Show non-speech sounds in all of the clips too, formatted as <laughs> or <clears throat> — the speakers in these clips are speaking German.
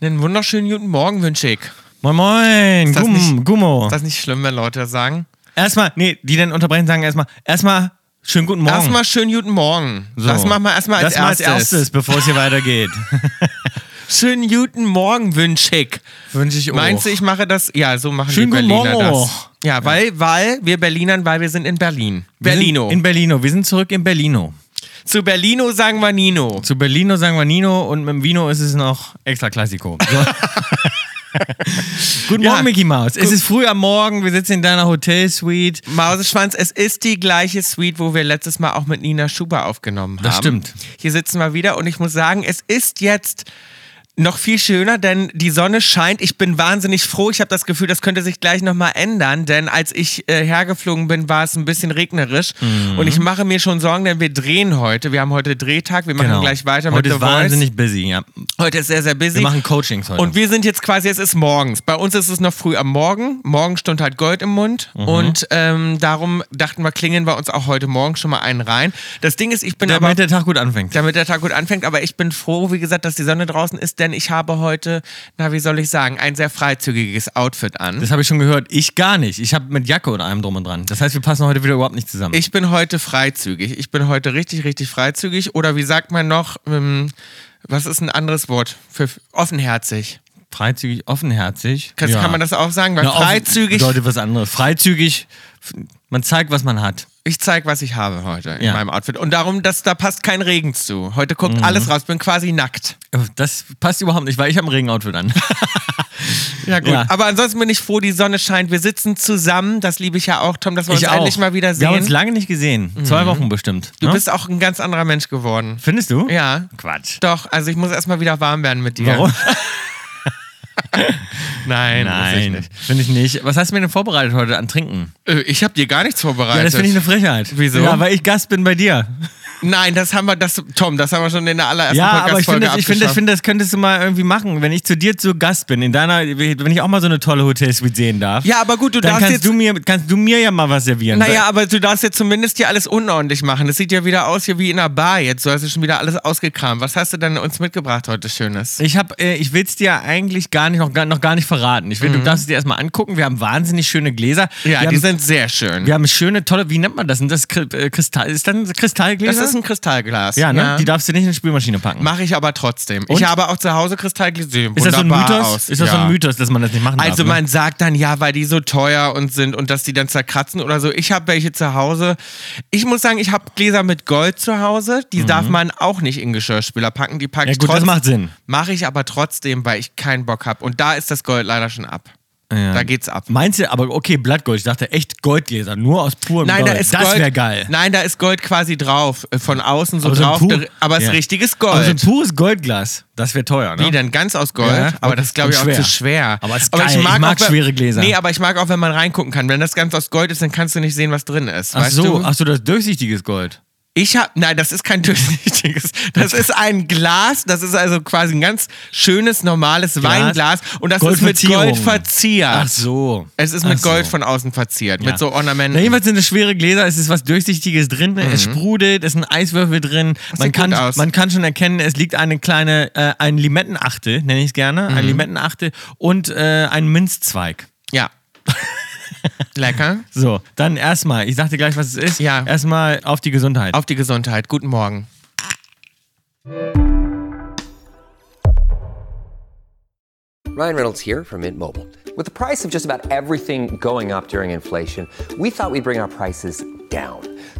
Einen wunderschönen guten Morgen wünsche ich. Moin Moin, Ist das Gum, nicht- Gummo. Ist das nicht schlimm, wenn Leute das sagen? Erstmal, nee, die dann unterbrechen, sagen erstmal, erstmal schönen guten Morgen. Erstmal schönen guten Morgen. So. Das machen wir erstmal als, das mal als erstes. erstes, bevor es hier weitergeht. <laughs> Schönen guten Morgen wünsche ich. Wünsche ich auch. Meinst du, ich mache das? Ja, so machen Oh. Schönen die guten Berliner Morgen das. auch. Ja, weil, weil wir Berlinern, weil wir sind in Berlin. Wir Berlino. Sind in Berlino. Wir sind zurück in Berlino. Zu Berlino sagen wir Nino. Zu Berlino sagen wir Nino und mit dem Vino ist es noch extra Klassiko. <laughs> So. Guten Ja. Morgen, Mickey Mouse. Es ist früh am Morgen, wir sitzen in deiner Hotelsuite. Mauseschwanz, es ist die gleiche Suite, wo wir letztes Mal auch mit Nina Schuber aufgenommen haben. Das stimmt. Hier sitzen wir wieder und ich muss sagen, es ist jetzt noch viel schöner, denn die Sonne scheint. Ich bin wahnsinnig froh. Ich habe das Gefühl, das könnte sich gleich nochmal ändern, denn als ich äh, hergeflogen bin, war es ein bisschen regnerisch Mhm. und ich mache mir schon Sorgen, denn wir drehen heute. Wir haben heute Drehtag, wir machen gleich weiter Genau. heute mit ist The Voice. wahnsinnig busy, ja. Heute ist sehr, sehr busy. Wir machen Coachings heute. Und wir sind jetzt quasi, es ist morgens. Bei uns ist es noch früh am Morgen. Morgenstunde hat Gold im Mund. Mhm. Und ähm, darum dachten wir, klingeln wir uns auch heute Morgen schon mal einen rein. Das Ding ist, ich bin damit aber. der Tag gut anfängt. Damit der Tag gut anfängt, aber ich bin froh, wie gesagt, dass die Sonne draußen ist, denn ich habe heute, na, wie soll ich sagen, ein sehr freizügiges Outfit an. Das habe ich schon gehört. Ich gar nicht. Ich habe mit Jacke und allem drum und dran. Das heißt, wir passen heute wieder überhaupt nicht zusammen. Ich bin heute freizügig. Ich bin heute richtig, richtig freizügig. Oder wie sagt man noch, ähm, was ist ein anderes Wort für offenherzig? freizügig, offenherzig. Kann, Ja. kann man das auch sagen? Weil Na, offen freizügig bedeutet was anderes. Freizügig, f- man zeigt, was man hat. Ich zeige, was ich habe heute in Ja. Mhm. meinem Outfit. Und darum, dass da passt kein Regen zu. Heute guckt alles raus, bin quasi nackt. Oh, Das passt überhaupt nicht, weil ich habe ein Regenoutfit an. Ja, gut. Aber ansonsten bin ich froh, die Sonne scheint. Wir sitzen zusammen, das liebe ich ja auch, Tom, dass wir uns endlich mal wieder Wir haben uns sehen. Mhm. lange nicht gesehen. Zwei Wochen bestimmt. Du ne? bist auch ein ganz anderer Mensch geworden. Findest du? Ja. Quatsch. Doch, also ich muss erstmal wieder warm werden mit dir. Warum? Nein, Nein, Muss finde ich nicht. Was hast du mir denn vorbereitet heute an Trinken? ich nicht. Äh, Ich habe dir gar nichts Ja, das vorbereitet. finde ich eine Frechheit. Wieso? Ja, weil ich Gast bin bei dir. Nein, das haben wir, das, Tom, das haben wir schon in der allerersten Ja, aber ich Podcast-Folge finde, das, ich finde, ich abgeschafft. finde, das könntest du mal irgendwie machen, wenn ich zu dir zu Gast bin, in deiner, wenn ich auch mal so eine tolle Hotelsuite sehen darf. Ja, aber gut, du dann darfst jetzt kannst du mir, kannst du mir ja mal was servieren. Naja, aber du darfst jetzt zumindest hier alles unordentlich machen. Das sieht ja wieder aus hier wie in einer Bar jetzt. Du hast ja schon wieder alles ausgekramt. Was hast du denn uns mitgebracht heute Schönes? Ich habe, äh, ich will es dir eigentlich gar nicht noch, gar- noch gar nicht verraten. Ich will, du darfst es dir erstmal angucken. Wir haben wahnsinnig schöne Gläser. Mhm. Ja, wir die haben, sind sehr schön. wir haben schöne, tolle. Wie nennt man das? Sind das Kri- äh, Kristall? Ist dann Kristallgläser? Das ist ein Kristallglas. ja, ne? Die darfst du nicht in die Spülmaschine packen. Mache ich aber trotzdem. Ich Und? habe auch zu Hause Kristallgläser. Sehen ist das so ein wunderbar Mythos? Aus. Ist das so Ja. ein Mythos, dass man das nicht machen darf? Also ne? man sagt dann ja, weil die so teuer und sind und dass die dann zerkratzen oder so. Ich habe welche zu Hause. Ich muss sagen, ich habe Gläser mit Gold zu Hause. Die darf man auch nicht in Geschirrspüler packen. Die packe Mhm. Ja, ich gut, das trotz- macht Sinn. Mache ich aber trotzdem, weil ich keinen Bock habe. Und da ist das Gold leider schon ab. Ja. Da geht's ab. Meinst du, aber okay, Blattgold. Ich dachte echt Goldgläser, nur aus purem Nein, Gold. da ist das Gold. wäre geil. Nein, da ist Gold quasi drauf. äh, Von außen so Aber so ein drauf. Pu- dir- aber es ist Ja. richtiges Aber so ein Gold. pures Goldglas, das wäre teuer, ne? Wie denn ganz aus Gold? Ja, aber das ist, glaube ich, auch und zu schwer. schwer. Aber ist geil. Ich mag wenn- schwere Gläser. Nee, aber ich mag auch, wenn man reingucken kann. Wenn das ganz aus Gold ist, dann kannst du nicht sehen, was drin ist. Ach weißt so, du? ach so, das ist durchsichtiges Gold. Ich habe, nein, das ist kein <laughs> durchsichtiges. Das ist ein Glas. Das ist also quasi ein ganz schönes normales Weinglas. Und das ist mit Goldverzierung. Gold verziert. Ach so. Ah, Es ist mit Ach so. Gold von außen verziert, Ja. mit so Na, Ornamenten. Mhm. jedenfalls sind es schwere Gläser, es ist was Durchsichtiges drin, ne? es sprudelt, es sind Eiswürfel drin. Man sieht kann, gut aus. man kann schon erkennen, es liegt eine kleine, äh, ein Limettenachtel, nenne ich es gerne, ein Mhm. Limettenachtel und äh, ein Minzzweig. Ja. <laughs> Lecker. So, dann erstmal, ich sag dir gleich, was es ist. Ja. Erstmal auf die Gesundheit. Auf die Gesundheit. Guten Morgen. Ryan Reynolds here from Mint Mobile. With the price of just about everything going up during inflation, we thought we'd bring our prices down.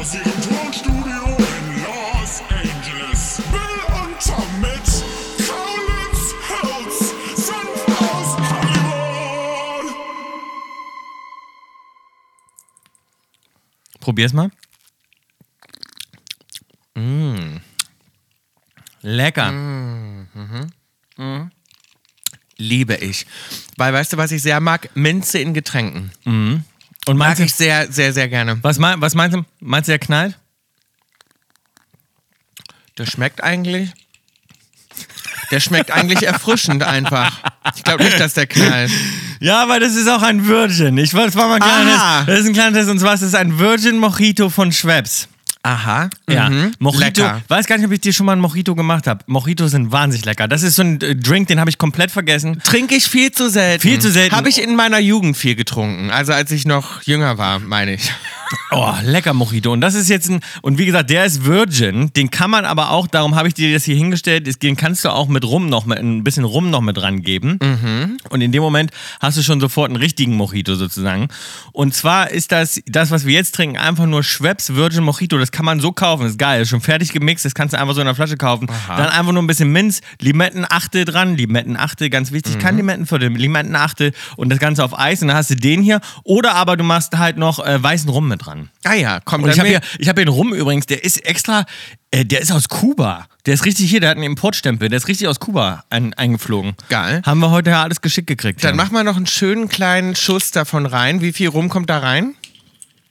aus ihrem Tonstudio in Los Angeles Bill und Tom mit Kaulitz Hills sind aus Hollywood. Probier's mal. Mm. Mmm. Lecker. Liebe ich. Weil weißt du, was ich sehr mag? Minze in Getränken. Mhm. Und Mag meinst du, ich sehr, sehr, sehr gerne. was, mein, was meinst du? Meinst du, der knallt? Der schmeckt eigentlich. Der schmeckt <laughs> eigentlich erfrischend einfach. Ich glaube nicht, dass der knallt. Ja, weil das ist auch ein Virgin. Ich wollte es war mal ein kleines. Aha. Das ist ein kleines und zwar ist es ein Virgin Mojito von Schweppes. Aha. Ja, Mhm. Mojito. Lecker. Weiß gar nicht, ob ich dir schon mal ein Mojito gemacht habe. Mojitos sind wahnsinnig lecker. Das ist so ein äh, Drink, den habe ich komplett vergessen. Trinke ich viel zu selten. Viel zu selten. Habe ich in meiner Jugend viel getrunken. Also als ich noch jünger war, meine ich. Oh, lecker Mojito. Und das ist jetzt ein, und wie gesagt, der ist Virgin. Den kann man aber auch, darum habe ich dir das hier hingestellt, ist- den kannst du auch mit Rum noch, mit, ein bisschen Rum noch mit rangeben. Und in dem Moment hast du schon sofort einen richtigen Mojito sozusagen. Und zwar ist das, das, was wir jetzt trinken, einfach nur Schweppes Virgin Mojito. Das kann man so kaufen, ist geil. Ist schon fertig gemixt, das kannst du einfach so in der Flasche kaufen. Dann einfach nur ein bisschen Minz, Limettenachte dran. Limettenachte, ganz wichtig, kein Limettenviertel, Limettenachte. Und das Ganze auf Eis und dann hast du den hier. Oder aber du machst halt noch äh, weißen Rum mit dran. Ah ja, komm, Und dann ich habe mir- hier, ich hab hier einen Rum übrigens, der ist extra, äh, der ist aus Kuba. Der ist richtig hier, der hat einen Importstempel, der ist richtig aus Kuba ein, eingeflogen. Geil. Haben wir heute ja alles geschickt gekriegt. Dann ja. mach mal noch einen schönen kleinen Schuss davon rein. Wie viel rum kommt da rein?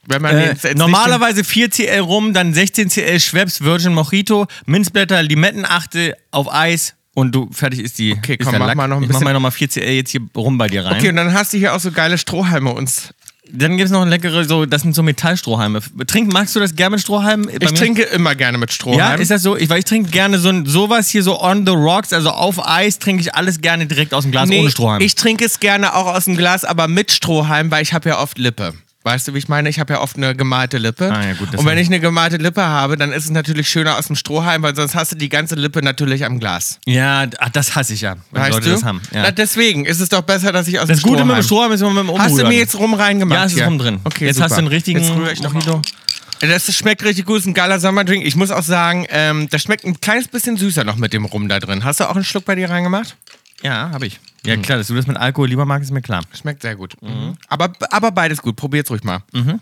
Wenn man äh, jetzt- jetzt Nicht normalerweise 4 CL Rum, dann 16 CL Schweppes Virgin Mojito, Minzblätter, Limettenachte auf Eis und du, fertig ist die. Okay, ist komm, der mach Lack. mal noch ein ich mach bisschen- mal nochmal 4 CL jetzt hier Rum bei dir rein. okay, und dann hast du hier auch so geile Strohhalme uns. Dann gibt's noch ein leckere, so, das sind so Metallstrohhalme. Trink, magst du das gerne mit Strohhalmen? Bei Ich mir- trinke immer gerne mit Strohhalmen. Ja, ist das so? Ich, weil ich trinke gerne so ein, sowas hier so on the rocks, also auf Eis trinke ich alles gerne direkt aus dem Glas nee, ohne Strohhalm. Ich trinke es gerne auch aus dem Glas, aber mit Strohhalm, weil ich habe ja oft Lippe. Weißt du, wie ich meine? Ich habe ja oft eine gemalte Lippe. Ah, ja, gut, das und wenn ist- ich eine gemalte Lippe habe, dann ist es natürlich schöner aus dem Strohhalm, weil sonst hast du die ganze Lippe natürlich am Glas. ja, d- ach, das hasse ich ja. Wenn Weißt Leute du? das haben. Ja. Na, deswegen ist es doch besser, dass ich aus Das dem Gute Strohhalm... mit dem Strohhalm ist, wenn man mit dem Hast du Umrühren. mir jetzt rum reingemacht? Ja, es ist hier? rum drin. Okay, Jetzt super. hast du einen richtigen Jetzt rühre ich noch mal. Mojito. Das schmeckt richtig gut, ist ein geiler Sommerdrink. Ich muss auch sagen, ähm, das schmeckt ein kleines bisschen süßer noch mit dem Rum da drin. Hast du auch einen Schluck bei dir reingemacht? Ja, habe ich. Ja, klar, dass du das mit Alkohol lieber magst, ist mir klar. Schmeckt sehr gut. Mhm. Aber, aber beides gut. Probiert's ruhig mal. Mhm.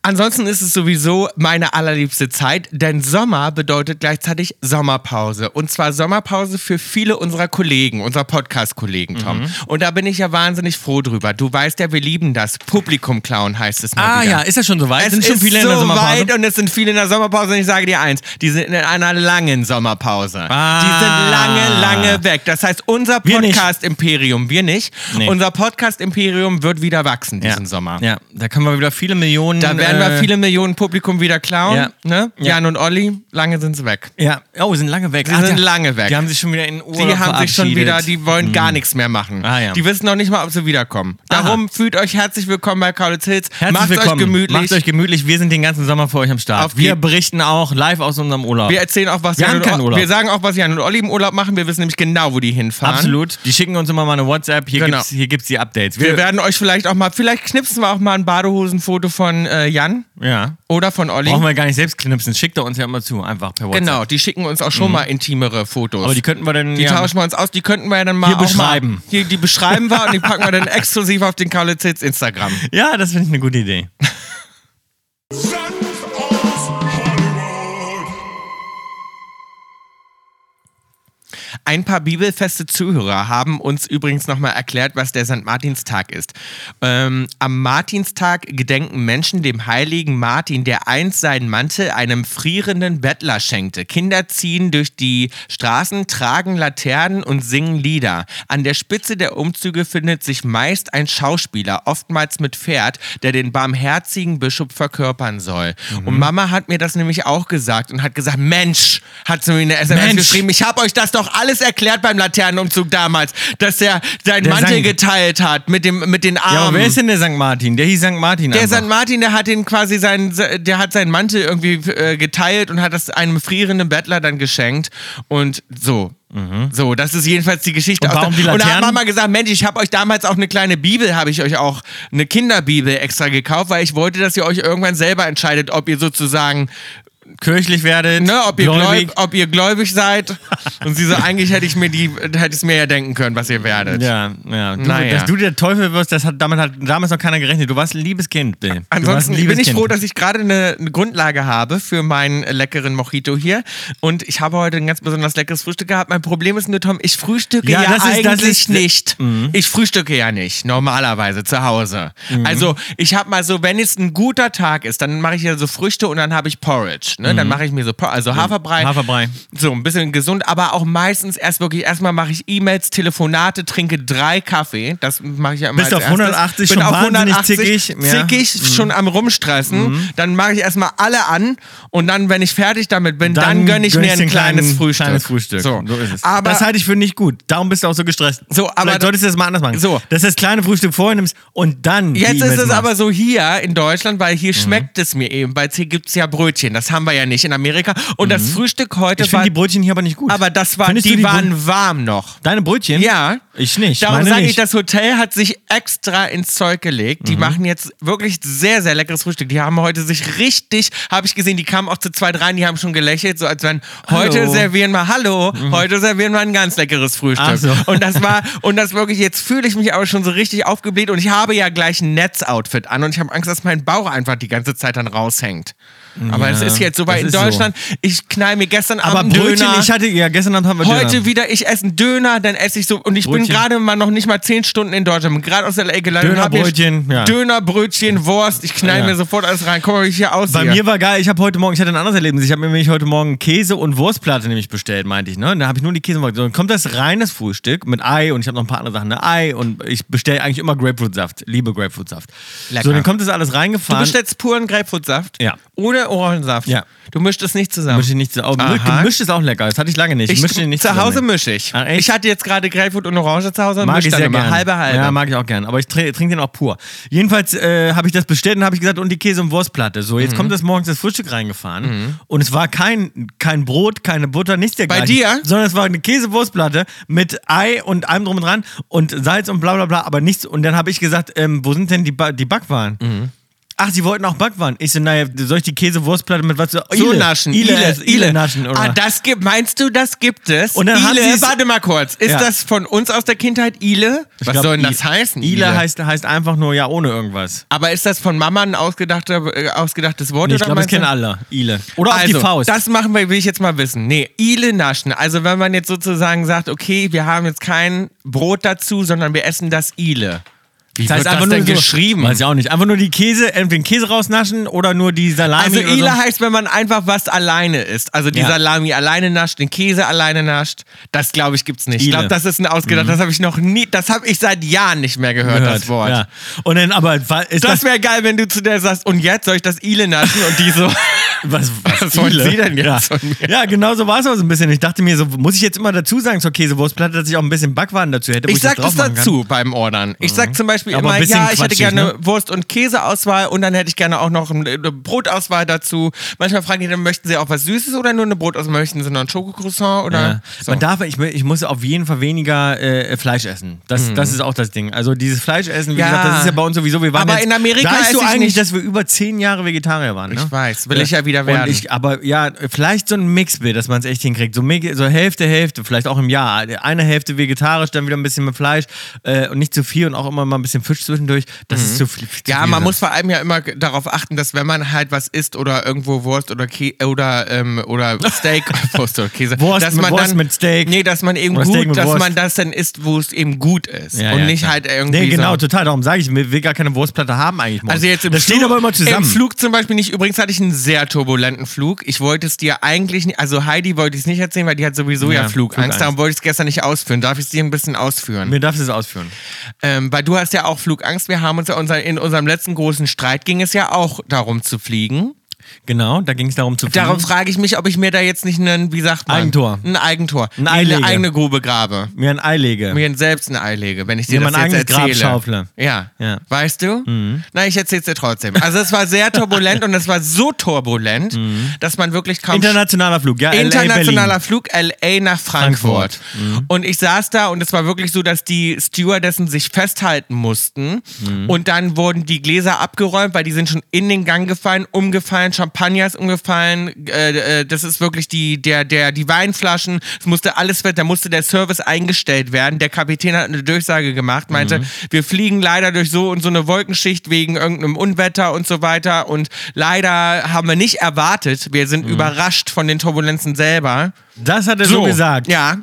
Ansonsten ist es sowieso meine allerliebste Zeit, denn Sommer bedeutet gleichzeitig Sommerpause. Und zwar Sommerpause für viele unserer Kollegen, unserer Podcast-Kollegen, Tom. Und da bin ich ja wahnsinnig froh drüber. Du weißt ja, wir lieben das. Publikum klauen heißt es mal Ah wieder. ja, ist das schon soweit? Es Sind schon ist viele in der so Sommerpause? weit und es sind viele in der Sommerpause. Und ich sage dir eins, die sind in einer langen Sommerpause. Ah. Die sind lange, lange weg. Das heißt, unser Wir nicht. Podcast-Imperium, wir nicht, Nee. unser Podcast-Imperium wird wieder wachsen diesen Sommer. Ja, da können wir wieder viele Millionen. Da werden wir äh, viele Millionen Publikum wieder klauen. Ja. Ne? Ja. Jan und Olli, lange sind sie weg. Ja, oh, sind lange weg. Die Ach, sind ja. lange weg. Die haben sich schon wieder in Die Urlaub haben sich schon wieder, verabschiedet. die wollen gar nichts mehr machen. Ah, ja. Die wissen noch nicht mal, ob sie wiederkommen. Darum fühlt euch herzlich willkommen bei Kaulitz Hills. Herzlich Macht's willkommen. euch gemütlich. Macht euch gemütlich. Wir sind den ganzen Sommer für euch am Start. Auf wir geht's. berichten auch live aus unserem Urlaub. Wir erzählen auch, was Wir Jan haben und keinen O- Urlaub. Wir sagen auch, was Jan und Olli im Urlaub machen. Wir wissen nämlich genau, wo die hinfahren. Absolut. Die schicken uns immer mal eine WhatsApp. Hier Genau. gibt's hier gibt's die Updates. Wir werden euch vielleicht auch mal, vielleicht knipsen wir auch mal ein Badehosenfoto von äh, Jan ja. oder von Olli. Brauchen wir gar nicht selbst knipsen. Schickt er uns ja immer zu, einfach per WhatsApp. genau, die schicken uns auch schon mal intimere Fotos. Mhm. Aber die könnten wir dann Die ja, tauschen wir uns aus, die könnten wir ja dann mal Hier auch Mal, beschreiben. hier, die beschreiben wir und die packen wir <laughs> dann exklusiv auf den Kaulitz Hits Instagram. Ja, das finde ich eine gute Idee. Senf aus Hollywood. Ein paar bibelfeste Zuhörer haben uns übrigens nochmal erklärt, was der St. Martinstag ist. Ähm, am Martinstag gedenken Menschen dem heiligen Martin, der einst seinen Mantel einem frierenden Bettler schenkte. Kinder ziehen durch die Straßen, tragen Laternen und singen Lieder. An der Spitze der Umzüge findet sich meist ein Schauspieler, oftmals mit Pferd, der den barmherzigen Bischof verkörpern soll. Und Mama hat mir das nämlich auch gesagt und hat gesagt, Mensch, hat sie mir in der SMS Mensch. geschrieben, ich habe euch das doch alles erklärt beim Laternenumzug damals, dass der seinen Der Mantel sang- geteilt hat mit, dem, mit den Armen. Ja, aber wer ist denn der St. Martin? Der hieß St. Martin. Ähm, der einfach. St. Martin, der hat den quasi seinen, der hat seinen Mantel irgendwie äh, geteilt und hat das einem frierenden Bettler dann geschenkt und so. So, das ist jedenfalls die Geschichte. Mhm. Und warum der, die und da hat Laternen? Mama gesagt, Mensch, ich habe euch damals auch eine kleine Bibel, habe ich euch auch eine Kinderbibel extra gekauft, weil ich wollte, dass ihr euch irgendwann selber entscheidet, ob ihr sozusagen kirchlich werdet, Ne, ob, ihr gläubig. gläub, ob ihr gläubig seid. Und sie so, eigentlich hätte ich mir die, hätte es mir ja denken können, was ihr werdet. Ja, ja. Du, Naja. Dass du der Teufel wirst, das hat damit hat damals noch keiner gerechnet. Du warst ein liebes Kind, Bill. Du warst Ansonsten ein bin liebes ich Kind. froh, dass ich gerade eine, eine Grundlage habe für meinen äh, leckeren Mojito hier. Und ich habe heute ein ganz besonders leckeres Frühstück gehabt. Mein Problem ist nur, Tom, ich frühstücke ja, Ja, das eigentlich ist- das ist- Mhm. nicht. Ich frühstücke ja nicht, normalerweise zu Hause. Also ich habe mal so, wenn es ein guter Tag ist, dann mache ich ja so Früchte und dann habe ich Porridge. Ne? Dann mache ich mir so, Por also Haferbrei. Mhm. Haferbrei. So, ein bisschen gesund, aber auch meistens erst wirklich, erstmal mache ich E-Mails, Telefonate, trinke drei Kaffee. Das mache ich ja immer Bist als auf erstes. 180 Bin schon auf wahnsinnig 180, zickig, ja. Mhm. Zickig, schon am Rumstressen. Dann mache ich erstmal alle an und dann, wenn ich fertig damit bin, dann, gönne ich gönn mir ein dir kleines kleinen- Frühstück. Kleines Frühstück. So. So. ist es. Aber das halte ich für nicht gut. Darum bist du auch so gestresst. So, aber Vielleicht da- solltest du das mal anders machen. So. Dass du das kleine Frühstück vorher nimmst und dann. die Mhm. Jetzt ist E-Mails es machst. aber so hier in Deutschland, weil hier schmeckt es mir eben, weil hier gibt es ja Brötchen. Das haben wir ja nicht in Amerika. Und das Frühstück heute Mhm. Ich war. finde die Brötchen hier aber nicht gut. aber das war, die, Findest du waren Brö- warm noch. Deine Brötchen? Ja. Ich nicht. Darum Meine sage ich, nicht. Mhm. das Hotel hat sich extra ins Zeug gelegt. Die machen jetzt wirklich sehr, sehr leckeres Frühstück. Die haben heute sich richtig, habe ich gesehen, die kamen auch zu zweit rein, die haben schon gelächelt, so als wenn heute Hallo. Mhm. servieren wir, hallo, heute servieren wir ein ganz leckeres Frühstück. Ach so. <laughs> Und das war, und das wirklich, jetzt fühle ich mich aber schon so richtig aufgebläht und ich habe ja gleich ein Netzoutfit an und ich habe Angst, dass mein Bauch einfach die ganze Zeit dann raushängt. Aber es ist jetzt so, weil das in ist so. Deutschland, ich knall mir gestern Aber Abend Brötchen, Döner. ich hatte. Ja, gestern Abend haben wir Heute Döner. wieder, ich esse einen Döner, dann esse ich so. Und ich bin Brötchen. gerade mal noch nicht mal zehn Stunden in Deutschland. Bin gerade aus der Ecke gelandet. und hab hier Dönerbrötchen, ja. Döner, Brötchen, Wurst. Ich knall Ja. mir sofort alles rein. Guck mal, wie ich hier aussehe. Bei mir war geil, ich habe heute Morgen, ich hatte ein anderes Erlebnis. Ich habe mir nämlich heute Morgen Käse und Wurstplatte nämlich bestellt, meinte ich. Ne? Und Da habe ich nur die Käse und Wurst. So, Dann kommt das rein, das Frühstück mit Ei und ich habe noch ein paar andere Sachen. Ne? Ei und ich bestelle eigentlich immer Grapefruitsaft. Liebe Grapefruitsaft. Lecker. So, dann kommt das alles du reingefahren. bestellst puren Grapefruitsaft. Ja. Oder Orangensaft. Ja. Du mischst es nicht zusammen. Mische ich nicht zu, oh, Aha. gemischt ist auch lecker, das hatte ich lange nicht. Ich, mische den nicht zu Hause zusammen. mische ich. Ach, echt? ich hatte jetzt gerade Grapefruit und Orange zu Hause und Mag mische ich dann sehr immer gerne. halbe halbe. Ja, mag ich auch gerne. Aber ich trinke trink den auch pur. Jedenfalls äh, habe ich das bestellt und habe ich gesagt, und die Käse- und Wurstplatte. So, Mhm. jetzt kommt das morgens das Frühstück reingefahren und es war kein, kein Brot, keine Butter, nichts dergleichen. dir? Sondern es war eine Käse-Wurstplatte mit Ei und allem drum und dran und Salz und bla bla bla, aber nichts. Und dann habe ich gesagt, ähm, wo sind denn die, ba die Backwaren? Mhm. Ach, sie wollten auch Backwaren. Ich so, naja, soll ich die Käse-Wurstplatte mit was? So so naschen. Ile, Ile, Ile, naschen, oder? Ah, das gibt, meinst du, das gibt es? Und dann haben Ile, sie's- warte mal kurz. Ist Ja. das von uns aus der Kindheit Ile? Ich Was glaub, soll denn I- das heißen? Ile heißt, heißt einfach nur ja ohne irgendwas. Aber ist das von Mama ein ausgedachter, äh, ausgedachtes Wort? Nee, ich oder glaube, das meinst kennen du- alle. Ile. Oder auf also, die Faust. Das machen wir, will ich jetzt mal wissen. Nee, Ile naschen. Also wenn man jetzt sozusagen sagt, okay, wir haben jetzt kein Brot dazu, sondern wir essen das Ile. Wie Das heißt wird das denn so- geschrieben? Weiß ich auch nicht. Einfach nur die Käse, entweder den Käse rausnaschen oder nur die Salami. Also oder Ile so. heißt, wenn man einfach was alleine isst. Also die Ja. Salami alleine nascht, den Käse alleine nascht. Das glaube ich gibt's nicht. Ich Ile. Mhm. glaube, das ist ein ausgedacht. Das habe ich noch nie, das habe ich seit Jahren nicht mehr gehört, das Wort. Ja. Und dann aber wa- ist Das das, wäre geil, wenn du zu der sagst, und jetzt soll ich das Ile naschen und die so. <laughs> was, was, was wollen Ile? Sie denn jetzt ja. von mir? Ja, genau so war es auch so ein bisschen. Ich dachte mir so, muss ich jetzt immer dazu sagen zur Käsewurstplatte, dass ich auch ein bisschen Backwaren dazu hätte, wo Ich sag das das drauf machen kann? Mhm. dazu beim Ordern. Ich sag zum Beispiel Aber immer, ein bisschen ja, ich hätte quatschig, gerne ne? Wurst- und Käseauswahl und dann hätte ich gerne auch noch eine eine Brotauswahl dazu. Manchmal fragen die dann, möchten sie auch was Süßes oder nur eine Brotauswahl? Möchten sie noch ein Schokocroissant oder? Ja. So. Man darf, ich, mö- ich muss auf jeden Fall weniger äh, Fleisch essen. Das, das ist auch das Ding. Also dieses Fleischessen, wie Hm. Ja. gesagt, das ist ja bei uns sowieso. Wir waren Aber jetzt, in Amerika weißt du esse ich eigentlich, nicht- dass wir über zehn Jahre Vegetarier waren. Ne? Ich weiß, will ich ja wieder werden. Und ich, aber ja, vielleicht so ein Mixbild, dass man es echt hinkriegt. So, mi- so Hälfte, Hälfte, vielleicht auch im Jahr. Eine Hälfte vegetarisch, dann wieder ein bisschen mit Fleisch äh, und nicht zu viel und auch immer mal ein bisschen Fisch zwischendurch. Das ist zu viel. Zu Mhm. ja, viel man dann. muss vor allem ja immer g- darauf achten, dass wenn man halt was isst oder irgendwo Wurst oder Kä oder ähm, <laughs> oder Steak <laughs> Wurst oder Käse, Wurst dass mit- man Wurst dann, mit Steak. nee, dass man eben Oder Steak gut, mit dass Wurst. man das dann isst, wo es eben gut ist Ja, und ja, nicht klar. halt irgendwie Nee, genau, so. total. Darum sage ich, mir will gar keine Wurstplatte haben eigentlich. morgens. Also jetzt im das Flug, steht aber immer zusammen. Im Flug zum Beispiel nicht. Übrigens hatte ich einen sehr turbulenten Flug. Ich wollte es dir eigentlich nicht, also Heidi wollte ich es nicht erzählen, weil die hat sowieso ja, Ja, Flugangst. Flugangst. Darum wollte ich es gestern nicht ausführen. Darf ich es dir ein bisschen ausführen? Mir darfst du es ausführen. Ähm, weil du hast ja auch Flugangst. Wir haben uns ja unser, in unserem letzten großen Streit ging es ja auch darum zu fliegen. Genau, da ging es darum zu fliegen. Darum frage ich mich, ob ich mir da jetzt nicht einen, wie sagt man? Eigentor. Ein Eigentor. Ein Ei eine lege. eigene Grube grabe. mir ein Ei lege. Mir selbst ein Ei lege, wenn ich dir Mir das mein jetzt eigenes Grab erzähle. schaufle. Ja. Ja. Mhm. Weißt du? Na, ich erzähl's dir trotzdem. Also es war sehr turbulent und es war so turbulent, Mhm. dass man wirklich kaum Internationaler Flug, ja. Internationaler LA, Berlin. Flug LA nach Frankfurt. Und ich saß da und es war wirklich so, dass die Stewardessen sich festhalten mussten. Und dann wurden die Gläser abgeräumt, weil die sind schon in den Gang gefallen, umgefallen, Champagners umgefallen. Äh, äh, das ist wirklich die, der, der, die Weinflaschen. Es musste alles weg. Da musste der Service eingestellt werden. Der Kapitän hat eine Durchsage gemacht, meinte, wir fliegen leider durch so und so eine Wolkenschicht wegen irgendeinem Unwetter und so weiter. Und leider haben wir nicht erwartet. Wir sind überrascht von den Turbulenzen selber. Das hat er so, gesagt. Ja.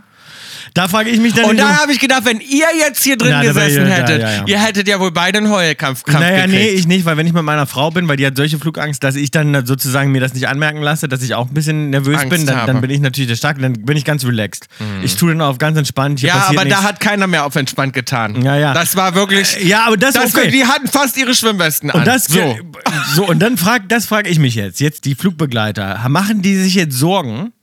Da frage ich mich dann. Und da wiederum- habe ich gedacht, wenn ihr jetzt hier drin Na, da wär gesessen ihr- da, hättet, ja, ja. ihr hättet ja wohl beide einen Heulkampfkampf naja, nee, gekriegt. ich nicht, weil wenn ich mit meiner Frau bin, weil die hat solche Flugangst, dass ich dann sozusagen mir das nicht anmerken lasse, dass ich auch ein bisschen nervös Angst bin, dann, habe. Mhm. dann bin ich natürlich der Starke, dann bin ich ganz relaxed. Ich tue dann auf ganz entspannt. Hier ja, passiert aber nichts. da hat keiner mehr auf entspannt getan. Ja, ja. Das war wirklich. Ja, aber das, das okay. Die hatten fast ihre Schwimmwesten an. Und das so. so. so und dann frag, das frage ich mich jetzt. Jetzt die Flugbegleiter, machen die sich jetzt Sorgen?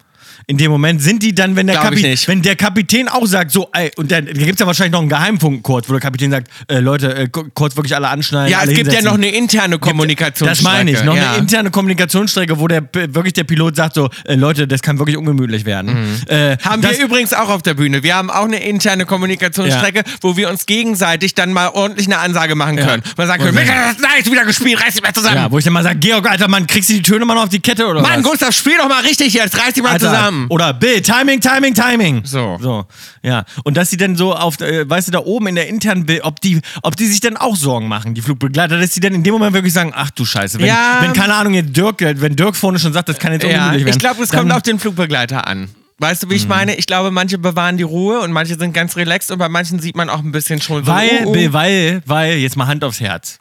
In dem Moment sind die dann, wenn der, Glaub ich Kapitän, nicht. wenn der Kapitän auch sagt, so, ey, und dann gibt es ja wahrscheinlich noch einen Geheimfunk kurz, wo der Kapitän sagt, äh, Leute, äh, ku- kurz wirklich alle anschneiden. Ja, alle es gibt ja hinsetzen. noch eine interne Kommunikation. Das meine ich, noch ja. eine interne Kommunikationsstrecke, wo der P- wirklich der Pilot sagt, so, äh, Leute, das kann wirklich ungemütlich werden. Äh, Mhm. Haben das, wir übrigens auch auf der Bühne. Wir haben auch eine interne Kommunikationsstrecke, wo wir uns gegenseitig dann mal ordentlich eine Ansage machen können. Man sagt, Und- Mensch, das ist nice wieder gespielt, reiß dich mal zusammen. ja, wo ich dann mal sage, Georg, Alter, Mann, kriegst du die Töne mal noch auf die Kette oder Mann, was? Gustav, spiel doch mal richtig jetzt, reiß dich mal Alter. zusammen. Oder Bill, Timing, Timing, Timing. So. So, ja. Und dass sie dann so auf, äh, weißt du, da oben in der internen Bild, ob die, ob die sich dann auch Sorgen machen, die Flugbegleiter, dass die dann in dem Moment wirklich sagen, ach du Scheiße, wenn, Ja. wenn keine Ahnung, jetzt Dirk, äh, wenn Dirk vorne schon sagt, das kann jetzt Ja, ungemütlich werden. ich glaube, es dann- Mhm. kommt auf den Flugbegleiter an. Weißt du, wie ich meine? Ich glaube, manche bewahren die Ruhe und manche sind ganz relaxed und bei manchen sieht man auch ein bisschen schon so. Weil, oh, oh. Bill, weil, weil, jetzt mal Hand aufs Herz.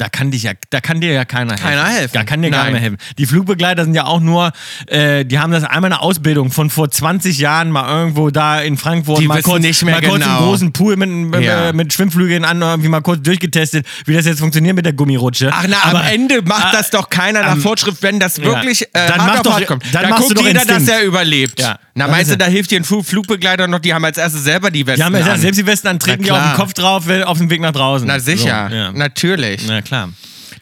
Da kann, dich ja, da kann dir ja keiner helfen. Keiner helfen. Da kann dir Nein. keiner helfen. Die Flugbegleiter sind ja auch nur, äh, die haben das einmal eine Ausbildung von vor 20 Jahren mal irgendwo da in Frankfurt Die mal wissen kurz, nicht mehr mal kurz genau. einen großen Pool mit, äh, Ja. mit Schwimmflügeln an, irgendwie mal kurz durchgetestet, wie das jetzt funktioniert mit der Gummirutsche. Ach na, Aber- am Ende macht äh, das doch keiner nach Vorschrift, wenn das wirklich äh, Dann hart mach auf doch- hart kommt. dann da machst guckt du doch jeder, dass Instinkt. er überlebt. Ja. Na, Das ist meinst ja- du, da hilft dir ein Flug- Flugbegleiter noch, die haben als erstes selber die Westen Die haben ja an. selbst die Westen an, treten Na die auf den klar. Kopf drauf, will auf dem Weg nach draußen. Na sicher, So, ja. natürlich. Na klar.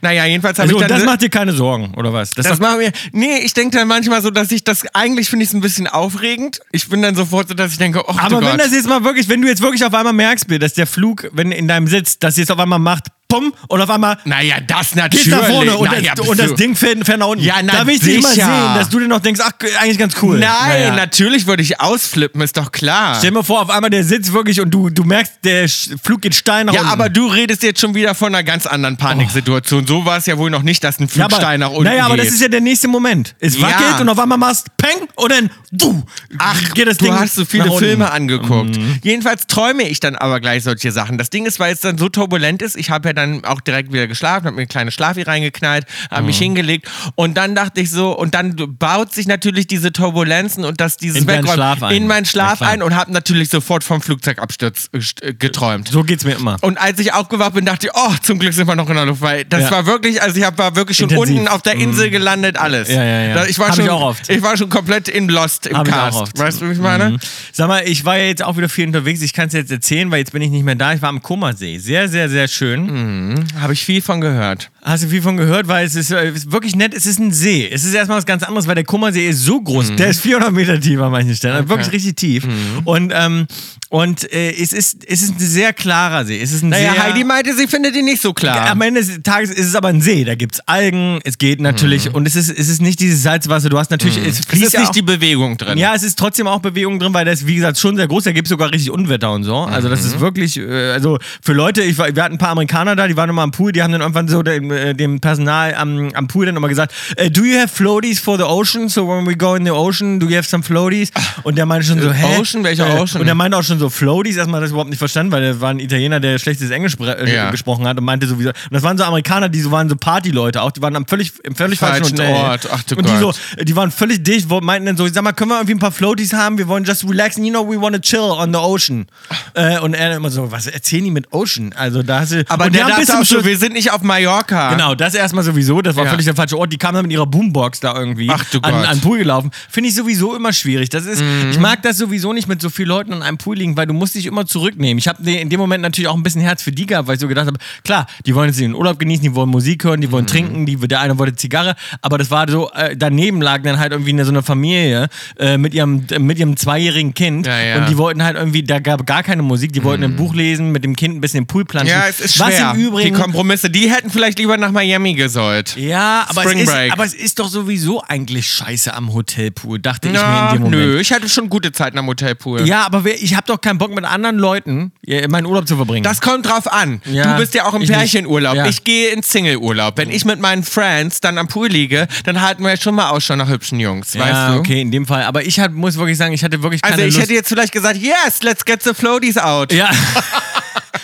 Naja, jedenfalls habe Also, ich dann... das macht dir keine Sorgen, oder was? Das, das machen wir. Nee, ich denke dann manchmal so, dass ich das eigentlich finde ich es ein bisschen aufregend. Ich bin dann sofort so, dass ich denke, oh du Aber wenn Gott. das jetzt mal wirklich, wenn du jetzt wirklich auf einmal merkst, Bill, dass der Flug, wenn in deinem Sitz, das jetzt auf einmal macht, pum, und auf einmal naja, das geht natürlich. nach vorne und, naja, das, und das so- Ding fährt, fährt nach unten. Ja, na, da will ich dich mal sicher. sehen, dass du dir noch denkst, ach, eigentlich ganz cool. Nein, Naja. natürlich würde ich ausflippen, ist doch klar. Stell dir mal vor, auf einmal der Sitz wirklich und du, du merkst, der Sch- Flug geht steil nach Ja, unten. aber du redest jetzt schon wieder von einer ganz anderen Paniksituation. So war es ja wohl noch nicht, dass ein Ja, aber- Flugstein nach unten Naja, aber geht. das ist ja der nächste Moment. Es Ja. wackelt und auf einmal machst Peng und dann du. Ach, geht das du Ding hast so viele nach unten. Mhm. Filme angeguckt. Jedenfalls träume ich dann aber gleich solche Sachen. Das Ding ist, weil es dann so turbulent ist, ich habe ja dann auch direkt wieder geschlafen, habe mir eine kleine Schlafi reingeknallt, habe Mhm. mich hingelegt und dann dachte ich so, und dann baut sich natürlich diese Turbulenzen und dass dieses In deinen Wegräumen Schlaf ein. in meinen Schlaf Ja, klar. ein und habe natürlich sofort vom Flugzeugabsturz äh, st- äh, geträumt. So geht's mir immer. Und als ich aufgewacht bin, dachte ich, oh, zum Glück sind wir noch in der Luft, weil das Ja. war wirklich, also ich hab, war wirklich schon Intensiv. Mhm. unten auf der Insel gelandet, alles. Ja, ja, ja. Da- Ich war, Hab ich schon, auch oft. ich war schon komplett in Lost im Hab ich auch Cast. oft. Weißt du, wie ich meine? Mhm. Sag mal, ich war ja jetzt auch wieder viel unterwegs. Ich kann es jetzt erzählen, weil jetzt bin ich nicht mehr da. Ich war am Kummersee. Sehr, sehr, sehr Hm. schön. Habe ich viel von gehört. Hast du viel von gehört, weil es ist, äh, ist wirklich nett. Es ist ein See. Es ist erstmal was ganz anderes, weil der Kummersee ist so groß. Hm. Der ist 400 Meter tief an manchen Stellen. Also Wirklich richtig tief. Und, ähm, und äh, es, ist, es ist ein sehr klarer See. Es ist ein Naja, sehr, Heidi meinte, sie findet ihn nicht so klar. am Ende des Tages ist es aber ein See. Da gibt es Algen, es geht natürlich. Und es ist, es ist nicht dieses Salzwasser. Du hast natürlich, es Hm. es fließt ist ja nicht auch, die Bewegung drin. Ja, es ist trotzdem auch Bewegung drin, weil das, wie gesagt, schon sehr groß. Da gibt es sogar richtig Unwetter und so. Also, Mhm. das ist wirklich, äh, also für Leute, ich war, wir hatten ein paar Amerikaner da, die waren immer am Pool, die haben dann irgendwann so dem, äh, dem Personal am, am Pool dann immer gesagt: äh, Do you have floaties for the ocean? So, when we go in the ocean, do you have some floaties? Und der meinte schon so: Hä? Ocean? Welcher Äh, Ocean? Und der meinte auch schon so: Floaties? Erstmal hat das überhaupt nicht verstanden, weil der war ein Italiener, der schlechtes Englisch spre- äh, Ja. gesprochen hat und meinte sowieso. Und das waren so Amerikaner, die so waren so Partyleute auch, die waren am völlig, im völlig Falschen falschen Hotel. Ort. Ach du und die so, Gott. Genau. die waren völlig dicht, wo- meinten dann so, ich sag mal, können wir irgendwie ein paar Floaties haben? Wir wollen just relaxen, you know, we wanna chill on the ocean. Äh, und er immer so, was erzählen die mit Ocean? Also da hast du... Aber und der die haben bis dachte zum auch so, Schluss- wir sind nicht auf Mallorca. Genau, das erstmal sowieso, das war Ja. völlig der falsche Ort. Die kamen dann mit ihrer Boombox da irgendwie Ach du an, Gott. Mhm. an den Pool gelaufen. Finde ich sowieso immer schwierig. Das ist, ich mag das sowieso nicht mit so vielen Leuten an einem Pool liegen, weil du musst dich immer zurücknehmen. Ich habe in dem Moment natürlich auch ein bisschen Herz für die gehabt, weil ich so gedacht habe, klar, die wollen jetzt ihren Urlaub genießen, die wollen Musik hören, die wollen Mhm. trinken, die, der eine wollte Zigarre, aber das war so, äh, daneben lag dann halt irgendwie eine, so eine Familie äh, mit ihrem äh, mit ihrem zweijährigen Kind Ja, ja. und die wollten halt irgendwie, da gab gar keine Musik, die wollten ein Buch lesen, mit dem Kind ein bisschen im Pool planschen. Ja, es ist Was schwer. im Übrigen die Kompromisse, die hätten vielleicht lieber rüber nach Miami gesollt. Ja, aber es, Spring ist, Break. aber es ist doch sowieso eigentlich scheiße am Hotelpool, dachte Na, ich mir in dem Moment. nö, ich hatte schon gute Zeiten am Hotelpool. Ja, aber wer, ich habe doch keinen Bock mit anderen Leuten ja, meinen Urlaub zu verbringen. Das kommt drauf an. Ja, du bist ja auch im ich nicht. Pärchenurlaub. Ja. Ich gehe in Singleurlaub. Wenn ich mit meinen Friends dann am Pool liege, dann halten wir schon mal Ausschau nach hübschen Jungs, ja, weißt du? okay, in dem Fall. Aber ich hab, muss wirklich sagen, ich hatte wirklich keine Also ich Lust. hätte jetzt vielleicht gesagt, yes, let's get the floaties out. <laughs> ja.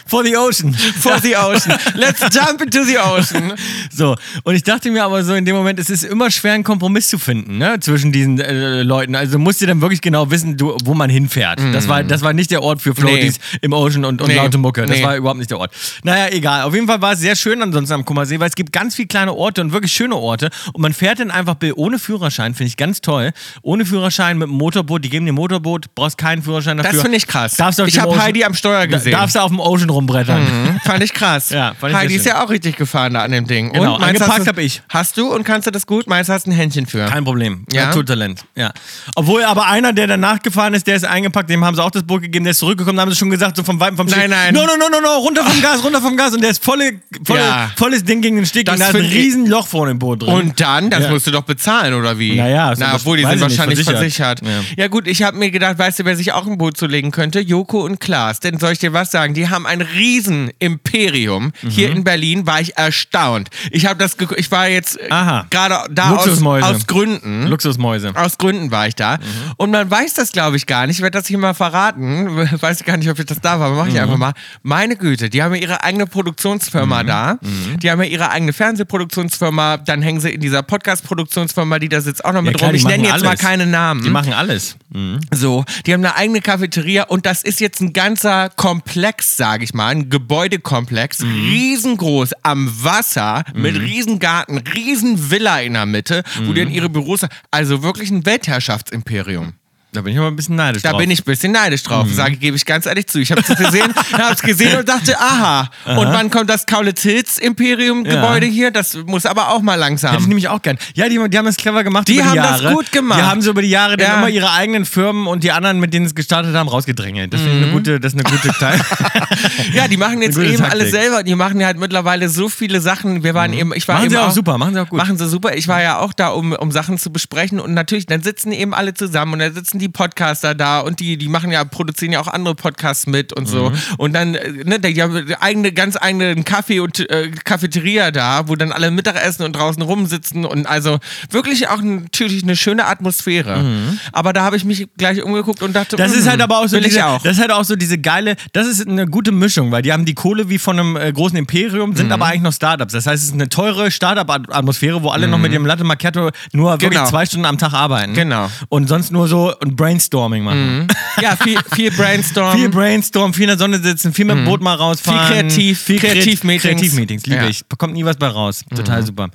For the ocean. For the ocean. Let's jump into the ocean. <laughs> So, und ich dachte mir aber so in dem Moment, es ist immer schwer, einen Kompromiss zu finden, ne, zwischen diesen äh, Leuten. Also musst du dann wirklich genau wissen, du, wo man hinfährt. Das, war, das war nicht der Ort für Floaties im Ocean und, und Mhm. Nee. laute Mucke. Das Nee. war überhaupt nicht der Ort. Naja, egal. Auf jeden Fall war es sehr schön ansonsten am Kummersee, weil es gibt ganz viele kleine Orte und wirklich schöne Orte. Und man fährt dann einfach Bill ohne Führerschein, finde ich ganz toll. Ohne Führerschein mit dem Motorboot, die geben dir ein Motorboot, brauchst keinen Führerschein dafür. Das finde ich krass. Darfst du auf ich dem habe Ocean- Heidi am Steuer Da- gesehen. Mhm. Darfst du auf dem Ocean rumbrettern. Fand ich krass. Ja, fand ich Heidi sehr ist ja auch richtig gefahren da an dem Ding. Genau, meinst du, angeparkt hast du- hab ich. Hast du und kannst du das gut? Meins hast du ein Händchen für. Kein Problem. Ja? Naturtalent. Ja. Obwohl aber einer, der danach gefahren ist, der ist eingepackt, dem haben sie auch das Boot gegeben, der ist zurückgekommen, da haben sie schon gesagt, so vom Weiben vom Steg. Nein, nein. No, no, no, no, no, runter vom Gas, runter vom Gas. Und der ist volle, volle, Ja. volles Ding gegen den Steg. Das und da ist ein find ich- Riesenloch vorne im Boot drin. Und dann, das Ja. musst du doch bezahlen, oder wie? Naja, so Na, was- obwohl die weiß sind ich nicht, wahrscheinlich versichert. versichert. Ja. gut, ich habe mir gedacht, weißt du, wer sich auch ein Boot zulegen könnte? Joko und Klaas. Denn soll ich dir was sagen? Die haben ein Riesen-Imperium. Mhm. Hier in Berlin war ich erstaunt. Ich habe das geguckt, ich war jetzt äh, Aha. gerade da aus, Luxusmäuse. aus Gründen. Mhm. Luxusmäuse. Aus Gründen war ich da. Und man weiß das, glaube ich, gar nicht. Ich werde das hier mal verraten. <laughs> Weiß ich gar nicht, ob ich das da war, aber Mhm. mache ich einfach mal. Meine Güte, die haben ja ihre eigene Mhm. Produktionsfirma da. Die haben ja ihre eigene Fernsehproduktionsfirma. Dann hängen sie in dieser Podcast-Produktionsfirma, die da sitzt auch noch mit klar, rum. die Ich nenne jetzt machen mal alles. keine Namen. Die machen alles. So, die haben eine eigene Cafeteria und das ist jetzt ein ganzer Komplex, sage ich mal, ein Gebäudekomplex, Mhm. riesengroß am Wasser mit Riesengarten, Riesenvilla in der Mitte, wo die Mhm. dann ihre Büros, also wirklich ein Weltherrschaftsimperium. Da bin ich aber ein bisschen neidisch Da drauf. bin ich ein bisschen neidisch drauf, Mhm. sage gebe ich ganz ehrlich zu. Ich habe es <laughs> gesehen, habe es gesehen und dachte, aha. Und wann kommt das Kaulitz Hills Imperium Gebäude hier? Das muss aber auch mal Hätte ich langsam. nämlich auch gern. Ja, die, die haben das clever gemacht. Die über haben die das Jahre. gut gemacht. Die haben so über die Jahre Ja. dann immer ihre eigenen Firmen und die anderen, mit denen sie es gestartet haben, rausgedrängelt. Das finde ich eine gute, das ist eine gute Teil. Mhm. <laughs> Ja, die machen jetzt Eine gute eben alles Taktik. Mhm. selber. Die machen ja halt mittlerweile so viele Sachen. Wir waren eben, ich war Machen eben sie auch super, machen sie auch gut. Machen sie super. Ich war ja auch da, um, um Sachen zu besprechen. Und natürlich, dann sitzen eben alle zusammen und dann sitzen die Podcaster da und die, die machen ja, produzieren ja auch andere Podcasts mit und Mhm. so. Und dann, äh, ne, die haben eigene, ganz eigenen Kaffee und äh, Cafeteria da, wo dann alle Mittagessen und draußen rumsitzen und also wirklich auch natürlich eine schöne Atmosphäre. Aber da habe ich mich gleich umgeguckt und dachte, Mhm. Das ist mm, halt aber auch so will ich diese, auch. <laughs> das ist halt auch so diese geile, das ist eine gute Mischung, weil die haben die Kohle wie von einem äh, großen Imperium, Mhm. sind aber eigentlich noch Startups. Das heißt, es ist eine teure Startup-Atmosphäre, wo alle noch mit dem Latte Macchiato Mhm. nur Genau. wirklich zwei Stunden am Tag arbeiten. Genau. Und sonst nur so ein Brainstorming machen. ja, viel, viel Brainstorm. Viel Brainstorm, viel in der Sonne sitzen, viel mit dem Boot mal rausfahren. Viel kreativ, viel Kreativmeetings. Kreativmeetings. Mhm. Kreativmeetings, liebe Ja. ich. Kommt nie was bei raus. Total super.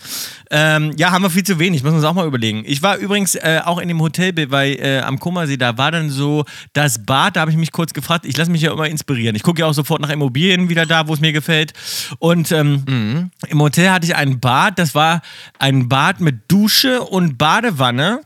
Ähm, ja, haben wir viel zu wenig, müssen wir uns auch mal überlegen. Ich war übrigens äh, auch in dem Hotelbild bei äh, am Kummersee, da war dann so das Bad, da habe ich mich kurz gefragt, ich lasse mich ja immer inspirieren. Ich gucke ja auch sofort nach Immobilien wieder da, wo es mir gefällt. Und ähm, im Hotel hatte ich ein Bad, das war ein Bad mit Dusche und Badewanne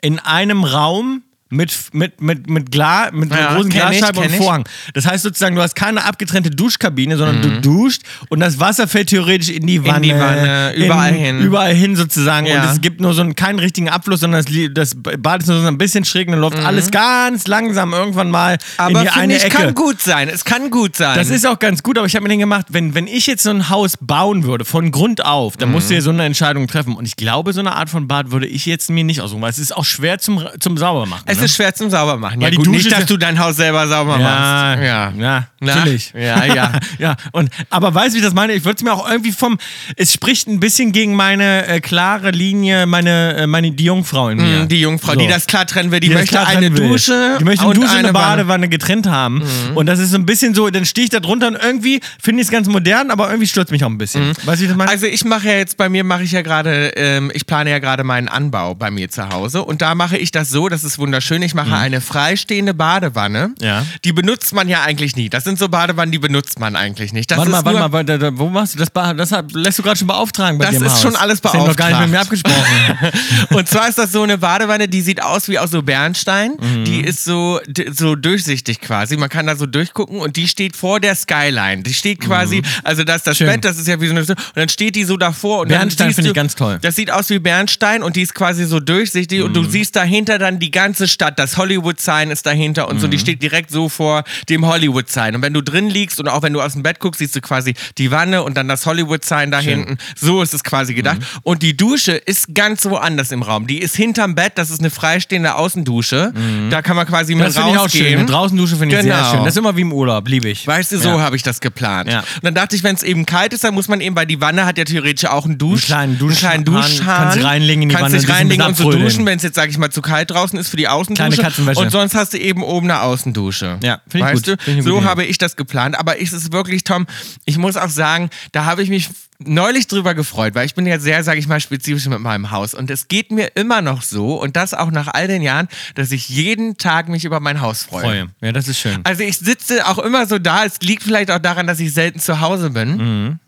in einem Raum mit, mit, mit, mit, Gla mit Ja, einer großen kenn ich, Glasscheibe kenn und ich. Vorhang. Das heißt sozusagen, du hast keine abgetrennte Duschkabine, sondern du duscht und das Wasser fällt theoretisch in die Wanne. Mhm. die Wanne, überall hin. Überall hin sozusagen. Ja. Und es gibt nur so einen, keinen richtigen Abfluss, sondern das, Li- das Bad ist nur so ein bisschen schräg und dann läuft alles ganz langsam irgendwann mal Mhm. Aber in die finde eine ich, Ecke. kann gut sein. Es kann gut sein. Das ist auch ganz gut, aber ich habe mir den gemacht, wenn, wenn ich jetzt so ein Haus bauen würde, von Grund auf, dann Mhm. musst du ja so eine Entscheidung treffen. Und ich glaube, so eine Art von Bad würde ich jetzt mir nicht aussuchen, weil es ist auch schwer zum, zum Saubermachen. es ne? ist schwer zum Saubermachen. Ja, Weil die gut, Dusche nicht, ist dass ja- du dein Haus selber sauber ja, machst. ja, ja, Na? natürlich. Ja, ja. <laughs> ja, und, aber weißt du, wie ich das meine? Ich würde es mir auch irgendwie vom, es spricht ein bisschen gegen meine äh, klare Linie, meine, äh, meine, die Jungfrau in mir. Mhm, Die Jungfrau, die So. das klar trennen will, die, Die das möchte klar eine trennen will. Dusche. Die möchte eine und Dusche und Wanne. eine Mhm. Badewanne getrennt haben. Und das ist so ein bisschen so, dann stehe ich da drunter und irgendwie finde ich es ganz modern, aber irgendwie stört mich auch ein bisschen. Weißt du, wie ich das meine? Also ich mache ja jetzt bei mir mache ich ja gerade, ähm, ich plane ja gerade meinen Anbau bei mir zu Hause und da mache ich das so, das ist schön, ich mache eine freistehende Badewanne. Mhm. Ja. Die benutzt man ja eigentlich nie. Das sind so Badewannen, die benutzt man eigentlich nicht. Das warte ist mal, warte nur, mal, warte, da- wo machst du das? Ba- Das hat- lässt du gerade schon beauftragen bei Das dir im ist Haus. schon alles Das ist ja noch gar nicht mit mir beauftragt. <laughs> abgesprochen. Und zwar ist das so eine Badewanne, die sieht aus wie aus so Bernstein. Mhm. Die ist so, d- so durchsichtig quasi. Man kann da so durchgucken und die steht vor der Skyline. Die steht quasi, also da ist das Mhm. Schön. Bett, das ist ja wie so eine. Und dann steht die so davor. Und dann Bernstein siehst finde ich du- ganz toll. Das sieht aus wie Bernstein und die ist quasi so durchsichtig und du Mhm. siehst dahinter dann die ganze Stadt. Das Hollywood-Sign ist dahinter und so. Mhm. Die steht direkt so vor dem Hollywood-Sign. Und wenn du drin liegst und auch wenn du aus dem Bett guckst, siehst du quasi die Wanne und dann das Hollywood-Sign da hinten. So ist es quasi gedacht. Mhm. Und die Dusche ist ganz woanders im Raum. Die ist hinterm Bett. Das ist eine freistehende Außendusche. Da kann man quasi mit Mhm. Das finde ich auch schön. rausgehen. Eine Draußendusche finde ich sehr Genau. schön. Das ist immer wie im Urlaub, liebe ich. Weißt du, so Ja. habe ich das geplant. Ja. Und dann dachte ich, wenn es eben kalt ist, dann muss man eben, weil die Wanne hat ja theoretisch auch einen Dusch. Einen kleinen Duschhahn. Einen kleinen Duschhahn. Kannst dich reinlegen in die Kannst Wanne dich und dich ein reinlegen und bisschen so abbrödeln. duschen, wenn es jetzt, sag ich mal, zu kalt draußen ist für die Außendusche. Kleine Katzenwäsche. Und sonst hast du eben oben eine Außendusche. Ja, finde weißt ich gut. Du? Finde ich eine so gute habe ich das geplant. Aber ist es ist wirklich, Tom, ich muss auch sagen, da habe ich mich neulich drüber gefreut, weil ich bin ja sehr, sag ich mal, spezifisch mit meinem Haus. Und es geht mir immer noch so, und das auch nach all den Jahren, dass ich jeden Tag mich über mein Haus freue. Freue. Ja, das ist schön. Also ich sitze auch immer so da. Es liegt vielleicht auch daran, dass ich selten zu Hause bin.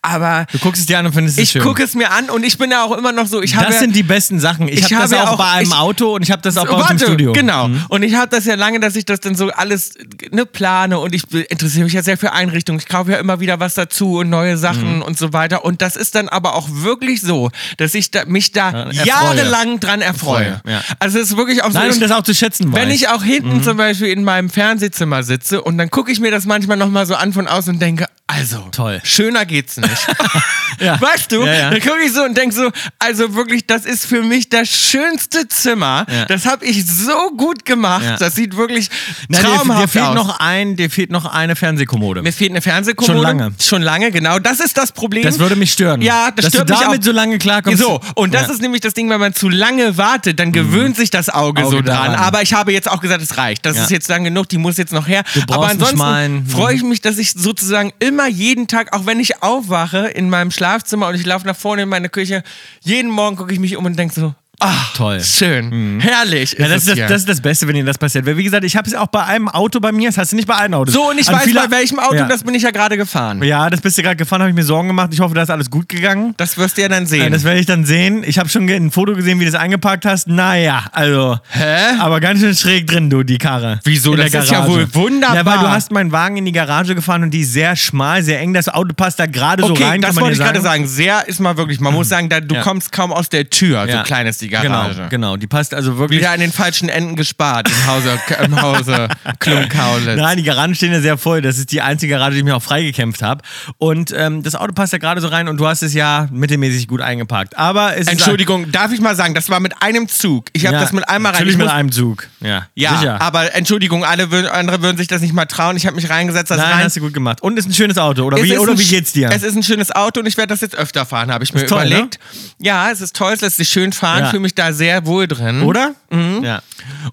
Aber Mhm. Du guckst es dir an und findest es ich schön. gucke es mir an und ich bin ja auch immer noch so. Ich habe das sind die besten Sachen. Ich, Ich habe das habe auch, auch- bei einem ich- Auto und ich habe das auch bei uns im Warte, Studio. Mhm. Genau. Und ich habe das ja lange, dass ich das dann so alles ne, plane und ich be- interessiere mich ja sehr für Einrichtungen. Ich kaufe ja immer wieder was dazu und neue Sachen Mhm. und so weiter. Und das ist dann aber auch wirklich so, dass ich da, mich da erfreue. jahrelang dran erfreue. Erfreue, ja. Also es ist wirklich auch so. Nein, ich, und das auch zu Wenn schätzen weiß. Mhm. ich auch hinten zum Beispiel in meinem Fernsehzimmer sitze und dann gucke ich mir das manchmal nochmal so an von außen und denke, also, Toll. schöner geht's nicht. <laughs> Ja. Weißt du? Ja, ja. Dann gucke ich so und denke so, also wirklich, das ist für mich das schönste Zimmer. Ja. Das habe ich so gut gemacht. Ja. Das sieht wirklich Na, dir, traumhaft dir fehlt aus. noch ein, dir fehlt noch eine Fernsehkommode. mir fehlt eine Fernsehkommode. Schon lange. Schon lange, genau. Das ist das Problem. Das würde mich stören. Ja, das Dass stört du mich damit auch. so lange klarkommst. So, und das Ja. Mhm. ist nämlich das Ding, wenn man zu lange wartet, dann gewöhnt sich das Auge, Auge so dran. daran. Aber ich habe jetzt auch gesagt, es reicht. Das Ja. ist jetzt lang genug, die muss jetzt noch her. Du brauchst Mhm. Aber einen schmalen- ansonsten freue ich mich, dass ich sozusagen immer jeden Tag, auch wenn ich aufwache in meinem Schlafzimmer und ich laufe nach vorne in meine Küche, jeden Morgen gucke ich mich um und denke so, ach, Toll. schön, herrlich. Mhm. ist Ja, es das, ist das, hier. das ist das Beste, wenn dir das passiert. Weil, wie gesagt, ich habe es auch bei einem Auto bei mir, das hast du nicht bei allen Autos. so, und ich An weiß, Also viele- bei welchem Auto, ja. das bin ich ja gerade gefahren. Ja, das bist du gerade gefahren, habe ich mir Sorgen gemacht. Ich hoffe, da ist alles gut gegangen. Das wirst du ja dann Ja, sehen. das werde ich dann sehen. Ich habe schon ge- ein Foto gesehen, wie du das angepackt hast. Naja, also. Hä? Aber ganz schön schräg drin, du, die Karre. Wieso? In der Das ist ja Garage. wohl wunderbar. Ja, weil du hast meinen Wagen in die Garage gefahren und die ist sehr schmal, sehr eng. Das Auto passt da gerade so okay, rein. das kann man wollte ich dir Mhm. gerade sagen. Sehr ist mal wirklich, man muss sagen, da, du Ja. kommst kaum aus der Tür, so Ja. klein ist die Garage. Genau, genau. Die passt also wirklich. Wieder an den falschen Enden gespart im Hause, im Hause Klumkaulitz. Nein, die Garagen stehen ja sehr voll. Das ist die einzige Garage, die ich mir auch freigekämpft habe. Und ähm, das Auto passt da gerade so rein und du hast es ja mittelmäßig gut eingepackt. Aber es Entschuldigung, darf ich mal sagen, das war mit einem Zug. Ich ist. habe Ja, das mit einmal rein. Natürlich ich mit muss- einem Zug. Ja, ja, sicher. aber Entschuldigung, alle würden, andere würden sich das nicht mal trauen. Ich habe mich reingesetzt, das Nein, rein. hast du gut gemacht. Und ist ein schönes Auto. Oder, Es wie, ist oder ein wie sch- geht's dir? Es ist ein schönes Auto und ich werde das jetzt öfter fahren, habe ich mir Ist toll, ne? überlegt. Ja, es ist toll, es lässt sich schön fahren, Ja. fühle mich da sehr wohl drin. oder? Hm? Ja.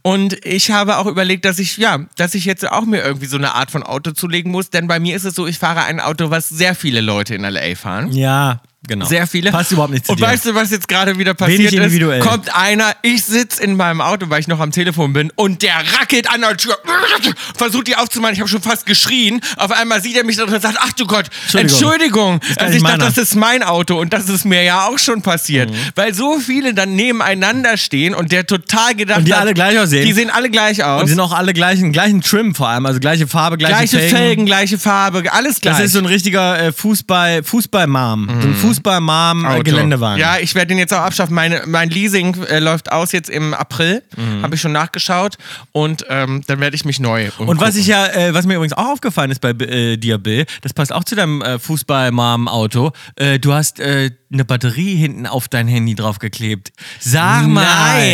Und ich habe auch überlegt, dass ich, ja, dass ich jetzt auch mir irgendwie so eine Art von Auto zulegen muss, denn bei mir ist es so, ich fahre ein Auto, was sehr viele Leute in LA fahren. Ja, genau. Sehr viele. Passt überhaupt nicht zu Und dir. weißt du, was jetzt gerade wieder passiert ist? individuell. Kommt einer, ich sitze in meinem Auto, weil ich noch am Telefon bin, und der rackelt an der Tür, versucht die aufzumachen. Ich habe schon fast geschrien. Auf einmal sieht er mich und sagt: Ach du Gott, Entschuldigung. Entschuldigung. gar Also nicht ich dachte, meiner. Mhm. das ist mein Auto und das ist mir ja auch schon passiert. Weil so viele dann nebeneinander stehen und der total gedacht Und die hat, alle gleich aussehen. Die sehen alle gleich aus. und sind auch alle gleichen, gleichen Trim vor allem, also gleiche Farbe, gleiche, gleiche Felgen. gleiche Farbe, alles gleich. Mhm. Das ist so ein richtiger äh, Fußball, Fußballmarm. So ein äh, Auto. Fußballmarm-Geländewagen. Ja, ich werde den jetzt auch abschaffen. Meine, mein Leasing äh, läuft aus jetzt im April. Mhm. Habe ich schon nachgeschaut. Und ähm, dann werde ich mich neu. Und was umgucken. ich ja, äh, was mir übrigens auch aufgefallen ist bei äh, dir, Bill, das passt auch zu deinem äh, Fußball-Mom-Auto. Äh, du hast äh, eine Batterie hinten auf dein Handy draufgeklebt. Sag mal.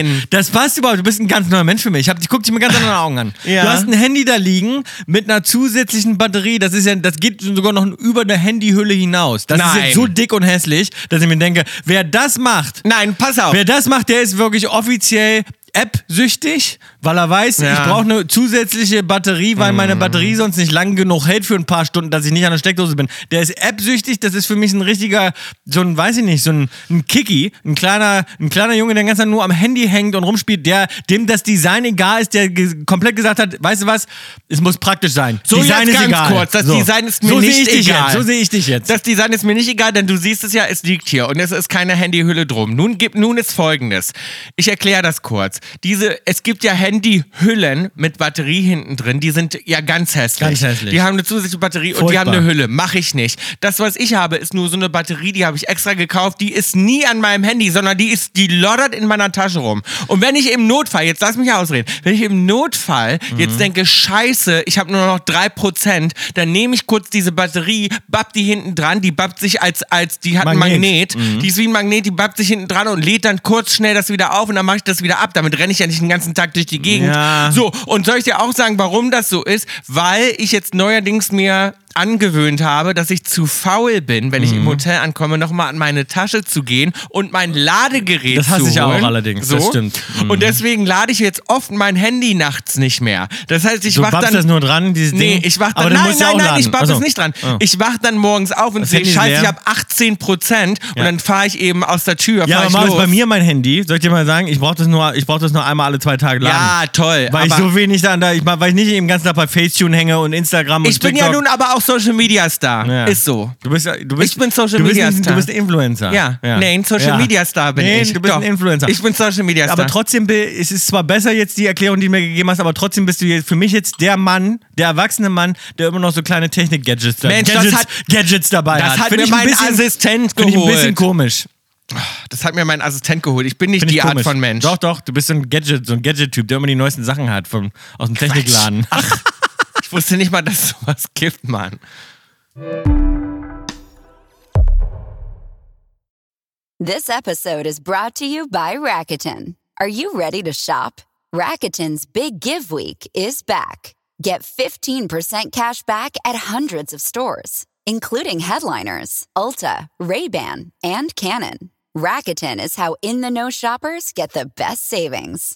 Nein. Das passt überhaupt. Du bist ein ganz neuer Mensch für mich. Ich hab, ich guck dich mit ganz anderen Augen an. Ja. Du hast ein Handy da liegen mit einer zusätzlichen Batterie. Das ist ja, das geht sogar noch über eine Handyhülle hinaus. Das ist Nein. jetzt so dick und hässlich, dass ich mir denke, wer das macht, Nein, pass auf. wer das macht, der ist wirklich offiziell App süchtig, weil er weiß, Ja. Mhm. ich brauche eine zusätzliche Batterie, weil meine Batterie sonst nicht lang genug hält für ein paar Stunden, dass ich nicht an der Steckdose bin. Der ist App süchtig, das ist für mich ein richtiger, so ein, weiß ich nicht, so ein, ein Kiki, ein kleiner, ein kleiner Junge, der den ganzen Tag nur am Handy hängt und rumspielt, der dem das Design egal ist, der ge komplett gesagt hat, weißt du was, es muss praktisch sein. So, Design jetzt ist ganz egal. kurz, das so. Design ist mir so sehe nicht ich dich egal. Jetzt, so sehe ich dich jetzt. Das Design ist mir nicht egal, denn du siehst es ja, es liegt hier und es ist keine Handyhülle drum. Nun gibt nun ist folgendes. Ich erkläre das kurz. Diese es gibt ja Handyhüllen mit Batterie hinten drin, die sind ja ganz hässlich. Ganz hässlich. Die haben eine zusätzliche Batterie und die Furchtbar. haben eine Hülle, mache ich nicht. Das was ich habe ist nur so eine Batterie, die habe ich extra gekauft, die ist nie an meinem Handy, sondern die ist die loddert in meiner Tasche rum. Und wenn ich im Notfall, jetzt lass mich ausreden, wenn ich im Notfall Mhm. jetzt denke, Scheiße, ich habe nur noch 3%, dann nehme ich kurz diese Batterie, bapp die hinten dran, die bappt sich als als die hat einen Magnet. Magnet, die ist wie ein Magnet, die bappt sich hinten dran und lädt dann kurz schnell das wieder auf und dann mache ich das wieder ab. Damit renne ich ja nicht den ganzen Tag durch die Gegend. Ja. So, und soll ich dir auch sagen, warum das so ist? Weil ich jetzt neuerdings mir angewöhnt habe, dass ich zu faul bin, wenn ich Mhm. im Hotel ankomme, nochmal an meine Tasche zu gehen und mein Ladegerät Das zu holen. hasse ich auch allerdings, das stimmt. Mhm. Und deswegen lade ich jetzt oft mein Handy nachts nicht mehr. Das heißt, ich Du wach babst dann... das nur dran, dieses Nee, Ding? ich wach Aber dann... du Nein, musst ja nein, auch nein, laden. ich bapp Also. es nicht dran. Oh. Ich wach dann morgens auf und Das sehe, Handy ist scheiße, leer. ich habe 18 Prozent und dann fahre ich eben aus der Tür, fahr Ja, aber ich Marius, los. bei mir mein Handy, soll ich dir mal sagen, ich brauche das nur, ich brauch das nur einmal alle zwei Tage laden. Ja, toll. Weil ich aber- so wenig da, da ich, mach- weil ich nicht den ganzen Tag bei Facetune hänge und Instagram und Ich bin ja TikTok. nun aber auch Social Media Star. Ja. Ist so. Du bist, ja- du bist, Ich bin Social du bist Media ein- Star. Du bist ein Influencer. Ja. nee, ein Social Ja. Media Star bin nee, ich. Du bist Doch. ein Influencer. Ich bin Social Media Star. aber trotzdem, bi- es ist zwar besser jetzt die Erklärung, die du mir gegeben hast, aber trotzdem bist du jetzt für mich jetzt der Mann, der erwachsene Mann, der immer noch so kleine Technik-Gadgets da- Mensch, das Gadgets, hat- Gadgets dabei das hat. hat Find mir ich ein mein bisschen- Assistent Find ich ein bisschen geholt. komisch. das hat mir mein Assistent geholt. Ich bin nicht Find ich die Art komisch. von Mensch. Doch, doch, du bist so ein Gadget, so ein Gadget-Typ, der immer die neuesten Sachen hat vom, aus dem <laughs> Technikladen. Ach, Ich wusste nicht mal, dass <laughs> es sowas gibt, Mann. This episode is brought to you by Rakuten. Are you ready to shop? Rakuten's Big Give Week is back. Get 15% cash back at hundreds of stores, including Headliners, Ulta, Ray-Ban, and Canon. Rakuten is how in-the-know shoppers get the best savings.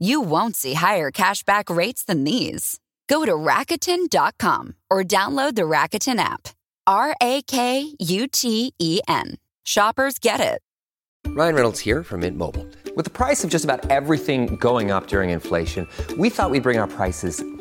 You won't see higher cashback rates than these. Go to Rakuten.com or download the Rakuten app. R A K U T E N. Shoppers get it. Ryan Reynolds here from Mint Mobile. With the price of just about everything going up during inflation, we thought we'd bring our prices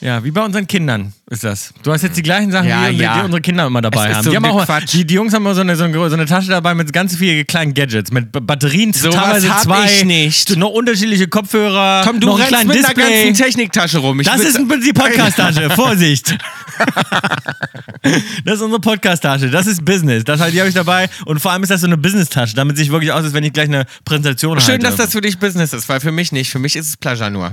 ja, wie bei unseren Kindern ist das. Du hast jetzt die gleichen Sachen, Ja, wie, unsere- ja. die unsere Kinder immer dabei Es ist haben. so die, ein haben auch, mal- Quatsch. die, die Jungs haben immer so eine, so, eine, so eine Tasche dabei mit ganz vielen kleinen Gadgets, mit B- Batterien, Sowas teilweise hab zwei, ich nicht. noch unterschiedliche Kopfhörer, Komm, du noch einen rennst kleinen mit einer Display. ganzen Techniktasche rum. Ich das will- ist ein- <laughs> die Podcast-Tasche, Vorsicht. das ist unsere Podcast-Tasche, das ist Business. Das halt, die habe ich dabei. Und vor allem ist das so eine Business-Tasche, damit sich wirklich aus, als wenn ich gleich eine Präsentation Schön, halte. dass das für dich Business ist, weil für mich nicht. Für mich ist es Plaja nur.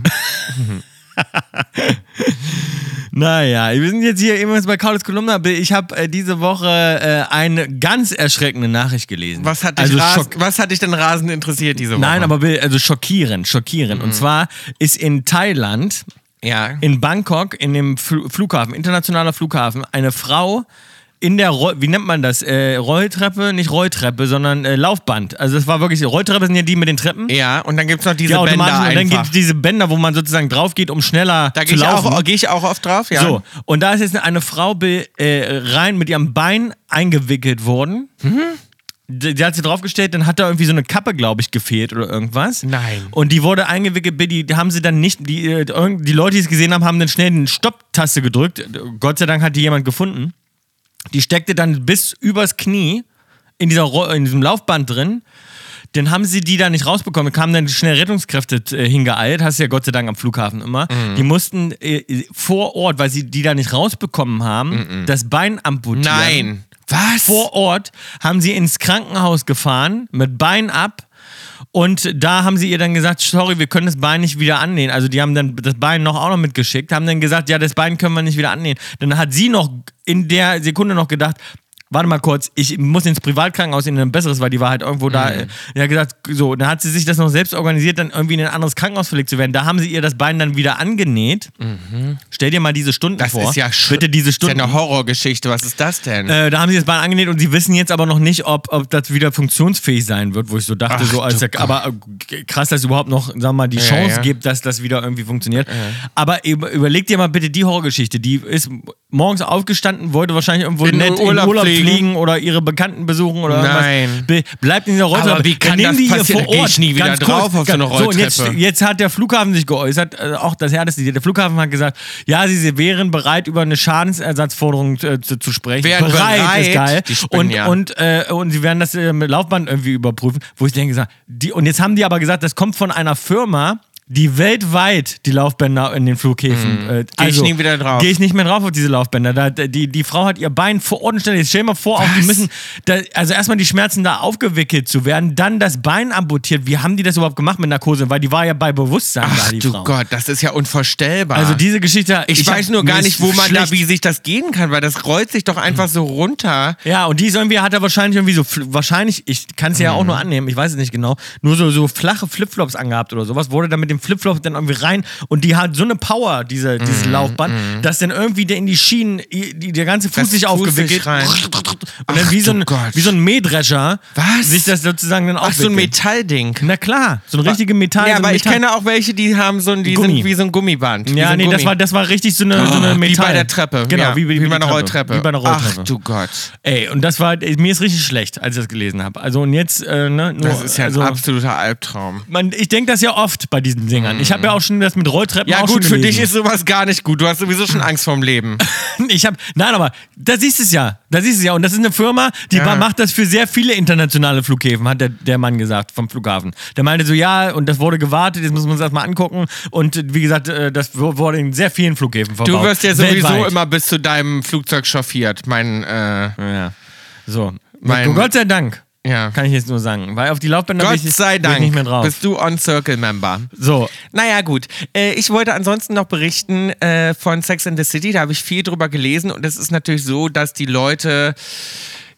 Naja, wir sind jetzt hier übrigens bei Carlos Kolumna. Ich habe äh, diese Woche äh, eine ganz erschreckende Nachricht gelesen. Was hat dich, also ras schock- was hat dich denn rasend interessiert diese Woche? Nein, aber will- also schockierend, schockierend. Mhm. Und zwar ist in Thailand, Ja. in Bangkok, in dem Fl Flughafen, internationaler Flughafen, eine Frau in der, Roll wie nennt man das, äh, Rolltreppe, nicht Rolltreppe, sondern äh, Laufband. Also es war wirklich, Rolltreppe sind ja die mit den Treppen. ja, und dann gibt's noch diese Die Bänder automatischen. einfach. Und dann gibt es diese Bänder, wo man sozusagen drauf geht, um schneller da zu gehe ich, laufen. auch- geh ich auch oft drauf, ja. So, und da ist jetzt eine Frau be- äh, rein mit ihrem Bein eingewickelt worden. Die, die hat sie draufgestellt, dann hat da irgendwie so eine Kappe, glaube ich, gefehlt oder irgendwas. Nein. Und die wurde eingewickelt, die haben sie dann nicht, die, äh, irgend- die Leute, die es gesehen haben, haben dann schnell den Stopp Taste gedrückt. Gott sei Dank hat die jemand gefunden. Die steckte dann bis übers Knie in, dieser, Ro- in diesem Laufband drin. Dann haben sie die da nicht rausbekommen, kamen dann schnell Rettungskräfte äh, hingeeilt, hast du ja Gott sei Dank am Flughafen immer. Die mussten äh, vor Ort, weil sie die da nicht rausbekommen haben, das Bein amputieren. Nein. Was? Vor Ort haben sie ins Krankenhaus gefahren, mit Bein ab. Und da haben sie ihr dann gesagt, sorry, wir können das Bein nicht wieder annähen. Also die haben dann das Bein noch auch noch mitgeschickt, haben dann gesagt, ja, das Bein können wir nicht wieder annähen. Dann hat sie noch in der Sekunde noch gedacht, warte mal kurz, ich muss ins Privatkrankenhaus in ein besseres, weil die war halt irgendwo Mhm. da. äh, Ja, gesagt, so, dann hat sie sich das noch selbst organisiert, dann irgendwie in ein anderes Krankenhaus verlegt zu werden. Da haben sie ihr das Bein dann wieder angenäht. Stell dir mal diese Stunden Mhm. Das vor. ist ja sch- Bitte diese Das Stunden. ist ja eine Horrorgeschichte. Was ist das denn? Äh, da haben sie das Bein angenäht und sie wissen jetzt aber noch nicht, ob, ob das wieder funktionsfähig sein wird, wo ich so dachte, Ach, so als du der, aber äh, krass, dass es überhaupt noch, sagen wir mal, die Ja, Chance ja. gibt, dass das wieder irgendwie funktioniert. Aber eben, überleg dir mal bitte die Horrorgeschichte, die ist morgens aufgestanden, wollte wahrscheinlich irgendwo In nett Urlaub in Urlaub fliegen. fliegen oder ihre Bekannten besuchen oder Nein. irgendwas. Be bleibt in dieser Rolle. Aber wie kann das passieren? Da geh ich nie wieder drauf auf so eine und jetzt, Rolltreppe. Äh, jetzt hat der Flughafen sich geäußert, äh, auch das härteste. Der Flughafen hat gesagt, ja, sie- sie wären bereit, über eine Schadensersatzforderung äh, zu, zu sprechen. Wären bereit. ist geil. Die spinnen Und, ja. und, äh, und sie werden das äh, mit Laufband irgendwie überprüfen. Wo ich denke, gesagt, die, und jetzt haben die aber gesagt, das kommt von einer Firma, die weltweit die Laufbänder in den Flughäfen. Äh, ich nie Mhm. wieder drauf. Gehe ich nicht mehr drauf auf diese Laufbänder. Da, die, die Frau hat ihr Bein vor Ort und stellt. Jetzt stell dir mal vor, auch die müssen, da, also erstmal die Schmerzen da aufgewickelt zu werden, dann das Bein amputiert. Wie haben die das überhaupt gemacht mit Narkose? Weil die war ja bei Bewusstsein da, Ach die du Frau. Gott, das ist ja unvorstellbar. Also diese Geschichte, ich, hab- weiß nur gar mir nicht, ist wo man da, schlecht. Hm. wie sich das gehen kann, weil das rollt sich doch einfach so runter. Ja, und die ist irgendwie, hat er wahrscheinlich irgendwie so, fl- wahrscheinlich, ich kann es ja Mhm. auch nur annehmen, ich weiß es nicht genau, nur so, so flache Flipflops angehabt oder sowas, wurde dann mit dem Flipflop dann irgendwie rein und die hat so eine Power, diese, Mhm, dieses Laufband, dass dann irgendwie der in die Schienen, i- die, der ganze Fuß Das sich Fuß aufgewickelt sich rein. und dann Ach wie so, du ein, Gott. wie so ein Mähdrescher Was? sich das sozusagen dann Ach, so ein aufwickelt. Metallding. Na klar, so ein richtige Metall. Ja, so ein aber ich Metall. kenne auch welche, die haben so ein, die Gummi. sind wie so ein Gummiband. wie so Ja, ein nee, das Gummi. Ah. war, das war richtig so eine, so eine Metall. Wie bei der Treppe. Genau, ja. wie, wie, wie bei die einer Rolltreppe. Wie bei einer Rolltreppe. Ach du Gott. Ey, und das war, mir ist richtig schlecht, als ich das gelesen habe. Also und jetzt, äh, ne, nur, Das ist ja ein also, absoluter Albtraum. man, ich denke das ja oft bei diesen Singern. Ich habe ja auch schon das mit Rolltreppen Ja auch gut, schon für dich gelesen. ist sowas gar nicht gut. Du hast sowieso schon Angst vorm Leben. <laughs> ich habe, nein, aber da siehst du es ja, da siehst du es ja. Und das ist eine Firma, die Ja. macht das für sehr viele internationale Flughäfen, hat der, der Mann gesagt vom Flughafen. Der meinte so, ja, und das wurde gewartet, jetzt müssen wir uns das mal angucken. Und äh, wie gesagt, äh, das wu- wurde in sehr vielen Flughäfen verbaut. Du wirst ja sowieso Weltweit. immer bis zu deinem Flugzeug chauffiert. Mein, äh, Ja. So, Mein- Gott sei Dank. Ja. Kann ich jetzt nur sagen. Weil auf die Laufbänder Gott bin ich, sei bin ich Dank nicht mehr drauf. bist du On Circle Member. so, Naja, gut. Äh, ich wollte ansonsten noch berichten äh, von Sex in the City. Da habe ich viel drüber gelesen und es ist natürlich so, dass die Leute.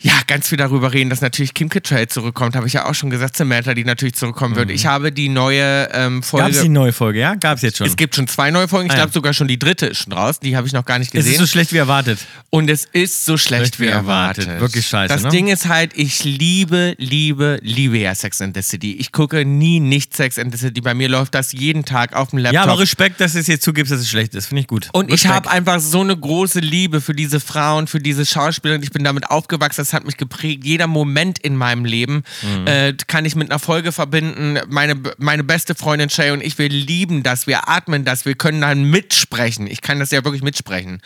Ja, ganz viel darüber reden, dass natürlich Kim Cattrall zurückkommt, habe ich ja auch schon gesagt, Samantha, die natürlich zurückkommen wird. Ich habe die neue ähm, gab es Mhm. die Folge. neue Folge, ja? Gab es jetzt schon. Es gibt schon zwei neue Folgen, ich Ah ja. glaube sogar schon die dritte ist schon raus, die habe ich noch gar nicht es gesehen. ist so schlecht wie erwartet. Und es ist so schlecht Schlecht wie wie erwartet. erwartet. Wirklich scheiße, Das ne? Ding ist halt, ich liebe, liebe, liebe ja Sex and the City. Ich gucke nie nicht Sex and the City. Bei mir läuft das jeden Tag auf dem Laptop. Ja, aber Respekt, dass du es jetzt zugibst, dass es schlecht ist. Finde ich gut. und ich Respekt. habe einfach so eine große Liebe für diese Frauen, für diese Schauspielerin. Ich bin damit aufgewachsen, das hat mich geprägt. Jeder Moment in meinem Leben Mhm. äh, kann ich mit einer Folge verbinden. Meine, meine beste Freundin Shay und ich, wir lieben das, wir atmen das, wir können dann mitsprechen. Ich kann das ja wirklich mitsprechen.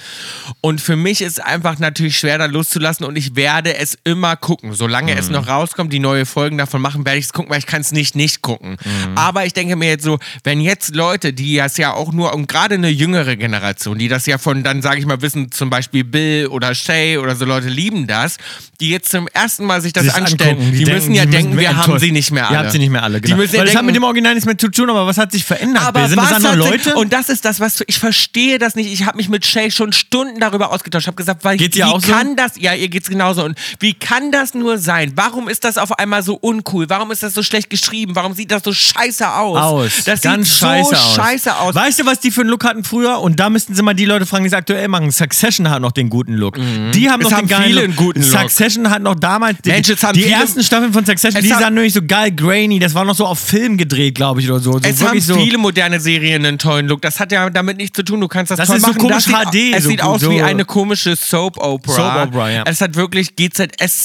Und für mich ist einfach natürlich schwer, da loszulassen und ich werde es immer gucken. Solange Mhm. es noch rauskommt, die neue Folgen davon machen, werde ich es gucken, weil ich kann es nicht nicht gucken. Mhm. Aber ich denke mir jetzt so, wenn jetzt Leute, die das ja auch nur, und gerade eine jüngere Generation, die das ja von dann, sage ich mal, wissen, zum Beispiel Bill oder Shay oder so Leute lieben das, die jetzt zum ersten Mal sich das Sich's anstellen, angucken, die, müssen denken, ja die denken, wir haben enttäuscht. sie nicht mehr alle. Ihr habt sie nicht mehr alle, genau. Die müssen ja Weil das hat denken, mit dem Original nichts mehr zu tun, aber was hat sich verändert? aber Sind was das andere hat sich- Leute? Und das ist das, was ich verstehe das nicht. Ich habe mich mit Shay schon Stunden darüber ausgetauscht. Ich habe gesagt, weil Geht's wie ihr auch so? kann das? Ja, ihr geht's genauso. Und wie kann das nur sein? Warum ist das auf einmal so uncool? Warum ist das so schlecht geschrieben? Warum sieht das so scheiße aus? aus. Das Ganz sieht scheiße so aus. scheiße aus. Weißt du, was die für einen Look hatten früher? Und da müssten sie mal die Leute fragen, die es aktuell machen. Succession hat noch den guten Look. Die haben Mhm. Es noch haben den geilen viele Look. einen guten Look. Succession Succession hat noch damals die, Mensch, jetzt haben die viele- ersten Staffeln von Succession, Es die haben- sahen nämlich so geil grainy, das war noch so auf Film gedreht, glaube ich, oder so. so Es haben wirklich so, viele moderne Serien einen tollen Look. Das hat ja damit nichts zu tun. Du kannst das, Das toll ist so machen. komisch das HD, Sieht, es so sieht gut, aus so- wie eine komische Soap-Opera. Soap-Opera, ja. Es hat wirklich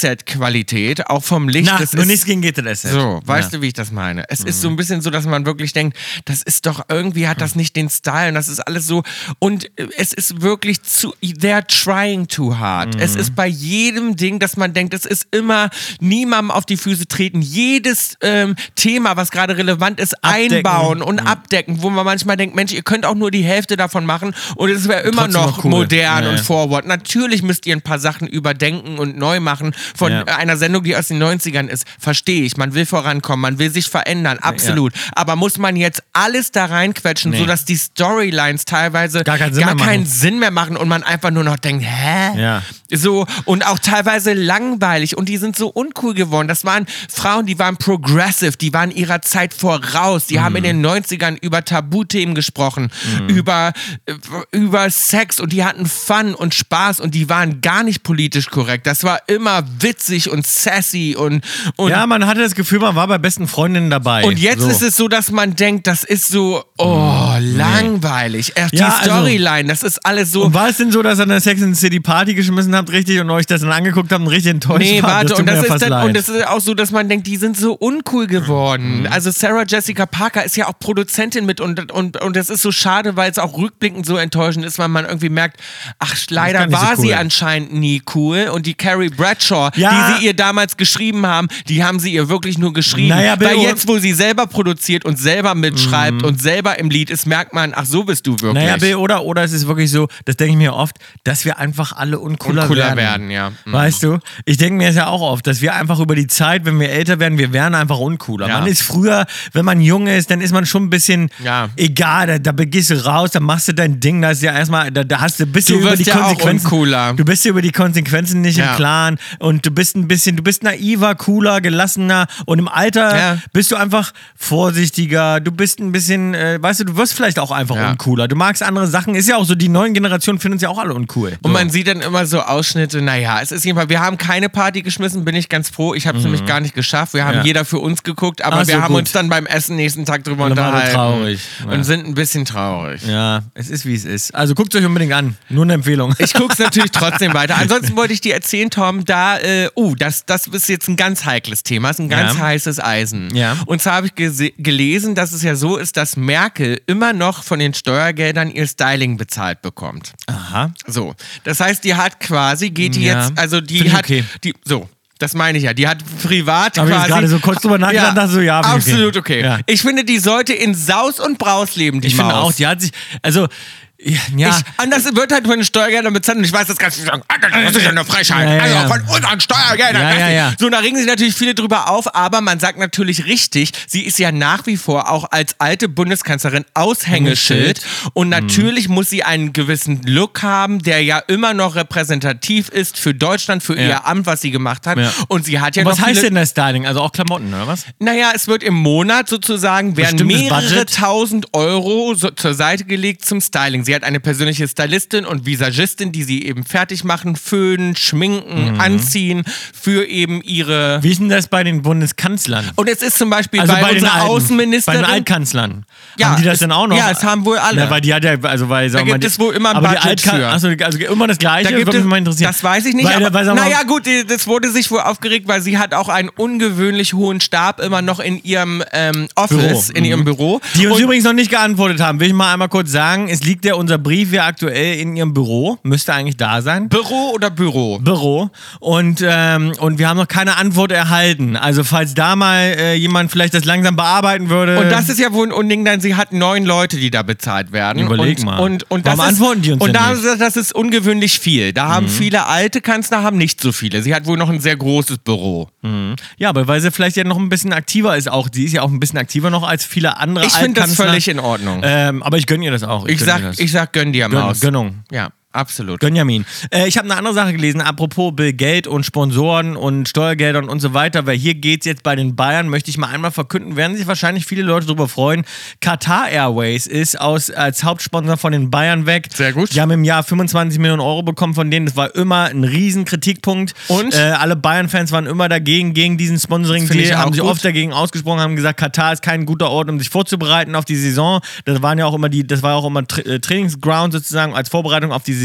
GZSZ-Qualität, auch vom Licht. Na, es nur ist- nichts gegen GTS. So, weißt du, wie ich das meine? Es ist so Mhm. ein bisschen so, dass man wirklich denkt, das ist doch irgendwie hat das nicht den Style und das ist alles so und äh, es ist wirklich zu they're trying too hard. Mhm. Es ist bei jedem Ding, dass man denkt, es ist immer niemandem auf die Füße treten, jedes ähm, Thema, was gerade relevant ist, Abdecken. Mhm. einbauen und abdecken, wo man manchmal denkt, Mensch, ihr könnt auch nur die Hälfte davon machen und es wäre immer Trotzdem noch noch cool. modern Ja, und ja. forward. Natürlich müsst ihr ein paar Sachen überdenken und neu machen von Ja. äh, einer Sendung, die aus den 90ern ist, verstehe ich. Man will vorankommen, man will sich verändern, absolut. Aber muss man jetzt alles da reinquetschen, Nee. sodass die Storylines teilweise Gar keinen Sinn mehr keinen machen. Sinn mehr machen und man einfach nur noch denkt, hä? Ja. So, und auch teilweise langweilig und die sind so uncool geworden. Das waren Frauen, die waren progressive, die waren ihrer Zeit voraus. Die Mhm. haben in den 90ern über Tabuthemen gesprochen, über, äh, über Sex und die hatten Fun und Spaß und die waren gar nicht politisch korrekt. Das war immer witzig und sassy und, und Ja, man hatte das Gefühl, man war bei besten Freundinnen dabei. und jetzt so. Mhm. ist es so, dass man denkt, das ist so, oh, langweilig. Ach, die Ja, also- Storyline, das ist alles so. Und war es denn so, dass ihr eine Sex in the City Party geschmissen habt, richtig, und euch das dann angeguckt habt und richtig enttäuscht Nee, wart? warte, tut und mir das, ja ist fast dann, leid. Mhm. und das ist auch so, dass man denkt, die sind so uncool geworden. Also Sarah Jessica Parker ist ja auch Produzentin mit und, und, und das ist so schade, weil es auch rückblickend so enttäuschend ist, weil man irgendwie merkt, ach, gar leider nicht so war cool. sie anscheinend nie cool und die Carrie Bradshaw, Ja. die sie ihr damals geschrieben haben, die haben sie ihr wirklich nur geschrieben. Naja, Bill, weil und- Mhm. jetzt, wo sie selber produziert und selber mitschreibt und selber im Lied ist, merkt man, ach, so bist du wirklich. Naja, Bill, oder, oder es ist wirklich so, das denke ich mir oft, dass wir einfach alle uncooler, Uncooler werden. werden, ja. Mhm. Weißt du? Ich denke mir das ja auch oft, dass wir einfach über die Zeit, wenn wir älter werden, wir werden einfach uncooler. Ja. Man ist früher, wenn man jung ist, dann ist man schon ein bisschen Ja. egal, da, da gehst du raus, da machst du dein Ding, da ist ja erstmal, da, da hast du ein bisschen Du über wirst die ja auch Konsequenzen. uncooler. Du bist dir über die Konsequenzen nicht Ja. im Klaren und du bist ein bisschen, du bist naiver, cooler, gelassener und im Alter Ja. bist du einfach vorsichtiger, du bist ein bisschen, äh, weißt du, du wirst vielleicht auch einfach Ja. uncooler. Du magst andere Sachen. Ist ja auch so, die neuen Generationen finden uns ja auch alle uncool. Und so. man sieht dann immer so Ausschnitte, naja, es ist jedenfalls, wir haben keine Party geschmissen, bin ich ganz froh. Ich habe es nämlich gar nicht geschafft. Wir haben Mhm. Ja. jeder für uns geguckt, aber Ach so, wir haben gut. uns dann beim Essen nächsten Tag drüber Und dann waren wir unterhalten. traurig. Ja. Und sind ein bisschen traurig. ja, es ist wie es ist. Also guckt euch unbedingt an. Nur eine Empfehlung. Ich guck's natürlich trotzdem weiter. Ansonsten wollte ich dir erzählen, Tom, da, äh, uh, das, das ist jetzt ein ganz heikles Thema, ist ein ganz Ja. heißes Eisen. Ja. Und zwar habe ich gese- gelesen, dass es ja so ist, dass Merkel immer noch von den Steuergeldern ihr Styling bezahlt bekommt. Aha. So, das heißt, die hat quasi, geht die Ja. jetzt, also die Finde ich hat, okay. die, so, das meine ich ja, die hat privat <laughs> Hab ich jetzt quasi. gerade so kurz drüber nachgedacht, dachte so, ja, finde ich okay. Absolut okay. Ja. Ich finde, die sollte in Saus und Braus leben, die Ich Maus. finde auch, die hat sich, also, ja, ja. Ich, anders wird halt von den Steuergeldern bezahlt und ich weiß, das kannst du sagen, ah, das ist ja eine Frechheit, Ja, ja, ja. also von unseren Steuergeldern. Ja, das ja, nicht. ja. So, da regen sich natürlich viele drüber auf, aber man sagt natürlich richtig, sie ist ja nach wie vor auch als alte Bundeskanzlerin Aushängeschild Mhm. und natürlich muss sie einen gewissen Look haben, der ja immer noch repräsentativ ist für Deutschland, für ihr Amt, was sie gemacht hat Ja. und sie hat ja Und was noch heißt viele, denn das Styling? Also auch Klamotten, oder was? naja, es wird im Monat sozusagen werden Bestimmtes mehrere Budget? tausend Euro so zur Seite gelegt zum Styling. Sie hat eine persönliche Stylistin und Visagistin, die sie eben fertig machen, föhnen, Mhm. schminken, anziehen für eben ihre. Wie ist denn das bei den Bundeskanzlern? Und es ist zum Beispiel Also bei, bei den unserer Alten, Außenministerin. Bei den Altkanzlern. Ja, haben die das es- denn auch noch? ja, es haben wohl alle. Na, weil die hat ja, also weil, sagen Da wir mal, gibt die, es wohl immer ein aber die Budget Altkan für. Also, also immer das Gleiche, Da gibt würde es, mich mal interessieren. Das weiß ich nicht. Weil, aber, weil, sagen wir mal, naja, gut, die- das wurde sich wohl aufgeregt, weil sie hat auch einen ungewöhnlich hohen Stab immer noch in ihrem ähm, Office, in mhm. ihrem Büro. Die uns Und- übrigens noch nicht geantwortet haben, will ich mal einmal kurz sagen. Es liegt ja unser Brief ja aktuell in ihrem Büro. Müsste eigentlich da sein. Büro oder Büro? Büro und, ähm, und wir haben noch keine Antwort erhalten. Also falls da mal äh, jemand vielleicht das langsam bearbeiten würde. Und das ist ja wohl ein Unding, denn sie hat neun Leute, die da bezahlt werden. Überleg und, mal. Und, und Warum das ist, antworten die uns Und denn da nicht? Mhm. haben sie gesagt, das ist ungewöhnlich viel. Da haben viele alte Kanzler haben nicht so viele. Sie hat wohl noch ein sehr großes Büro. Mhm. ja, aber weil sie vielleicht ja noch ein bisschen aktiver ist auch. Die ist ja auch ein bisschen aktiver noch als viele andere Ich finde das Altkanzler. völlig in Ordnung. Ähm, aber ich gönne ihr das auch. ich gönn ihr sag, das. ich sag, gönn dir Gönn- Maus. Gönnung. Ja. absolut. Gönjamin. Äh, ich habe eine andere Sache gelesen, apropos Bill Geld und Sponsoren und Steuergeldern und so weiter, weil hier geht's jetzt bei den Bayern, möchte ich mal einmal verkünden, werden sich wahrscheinlich viele Leute darüber freuen. Qatar Airways ist aus, als Hauptsponsor von den Bayern weg. Sehr gut. Die haben im Jahr 25 Millionen Euro bekommen von denen, das war immer ein riesen Kritikpunkt. Und? Äh, alle Bayern-Fans waren immer dagegen, gegen diesen Finde ich Sponsoring-Deal, auch haben sie gut. oft dagegen ausgesprochen, haben gesagt, Katar ist kein guter Ort, um sich vorzubereiten auf die Saison. Das waren ja auch immer die, das war auch immer Tra äh, Trainingsground sozusagen als Vorbereitung auf die Saison.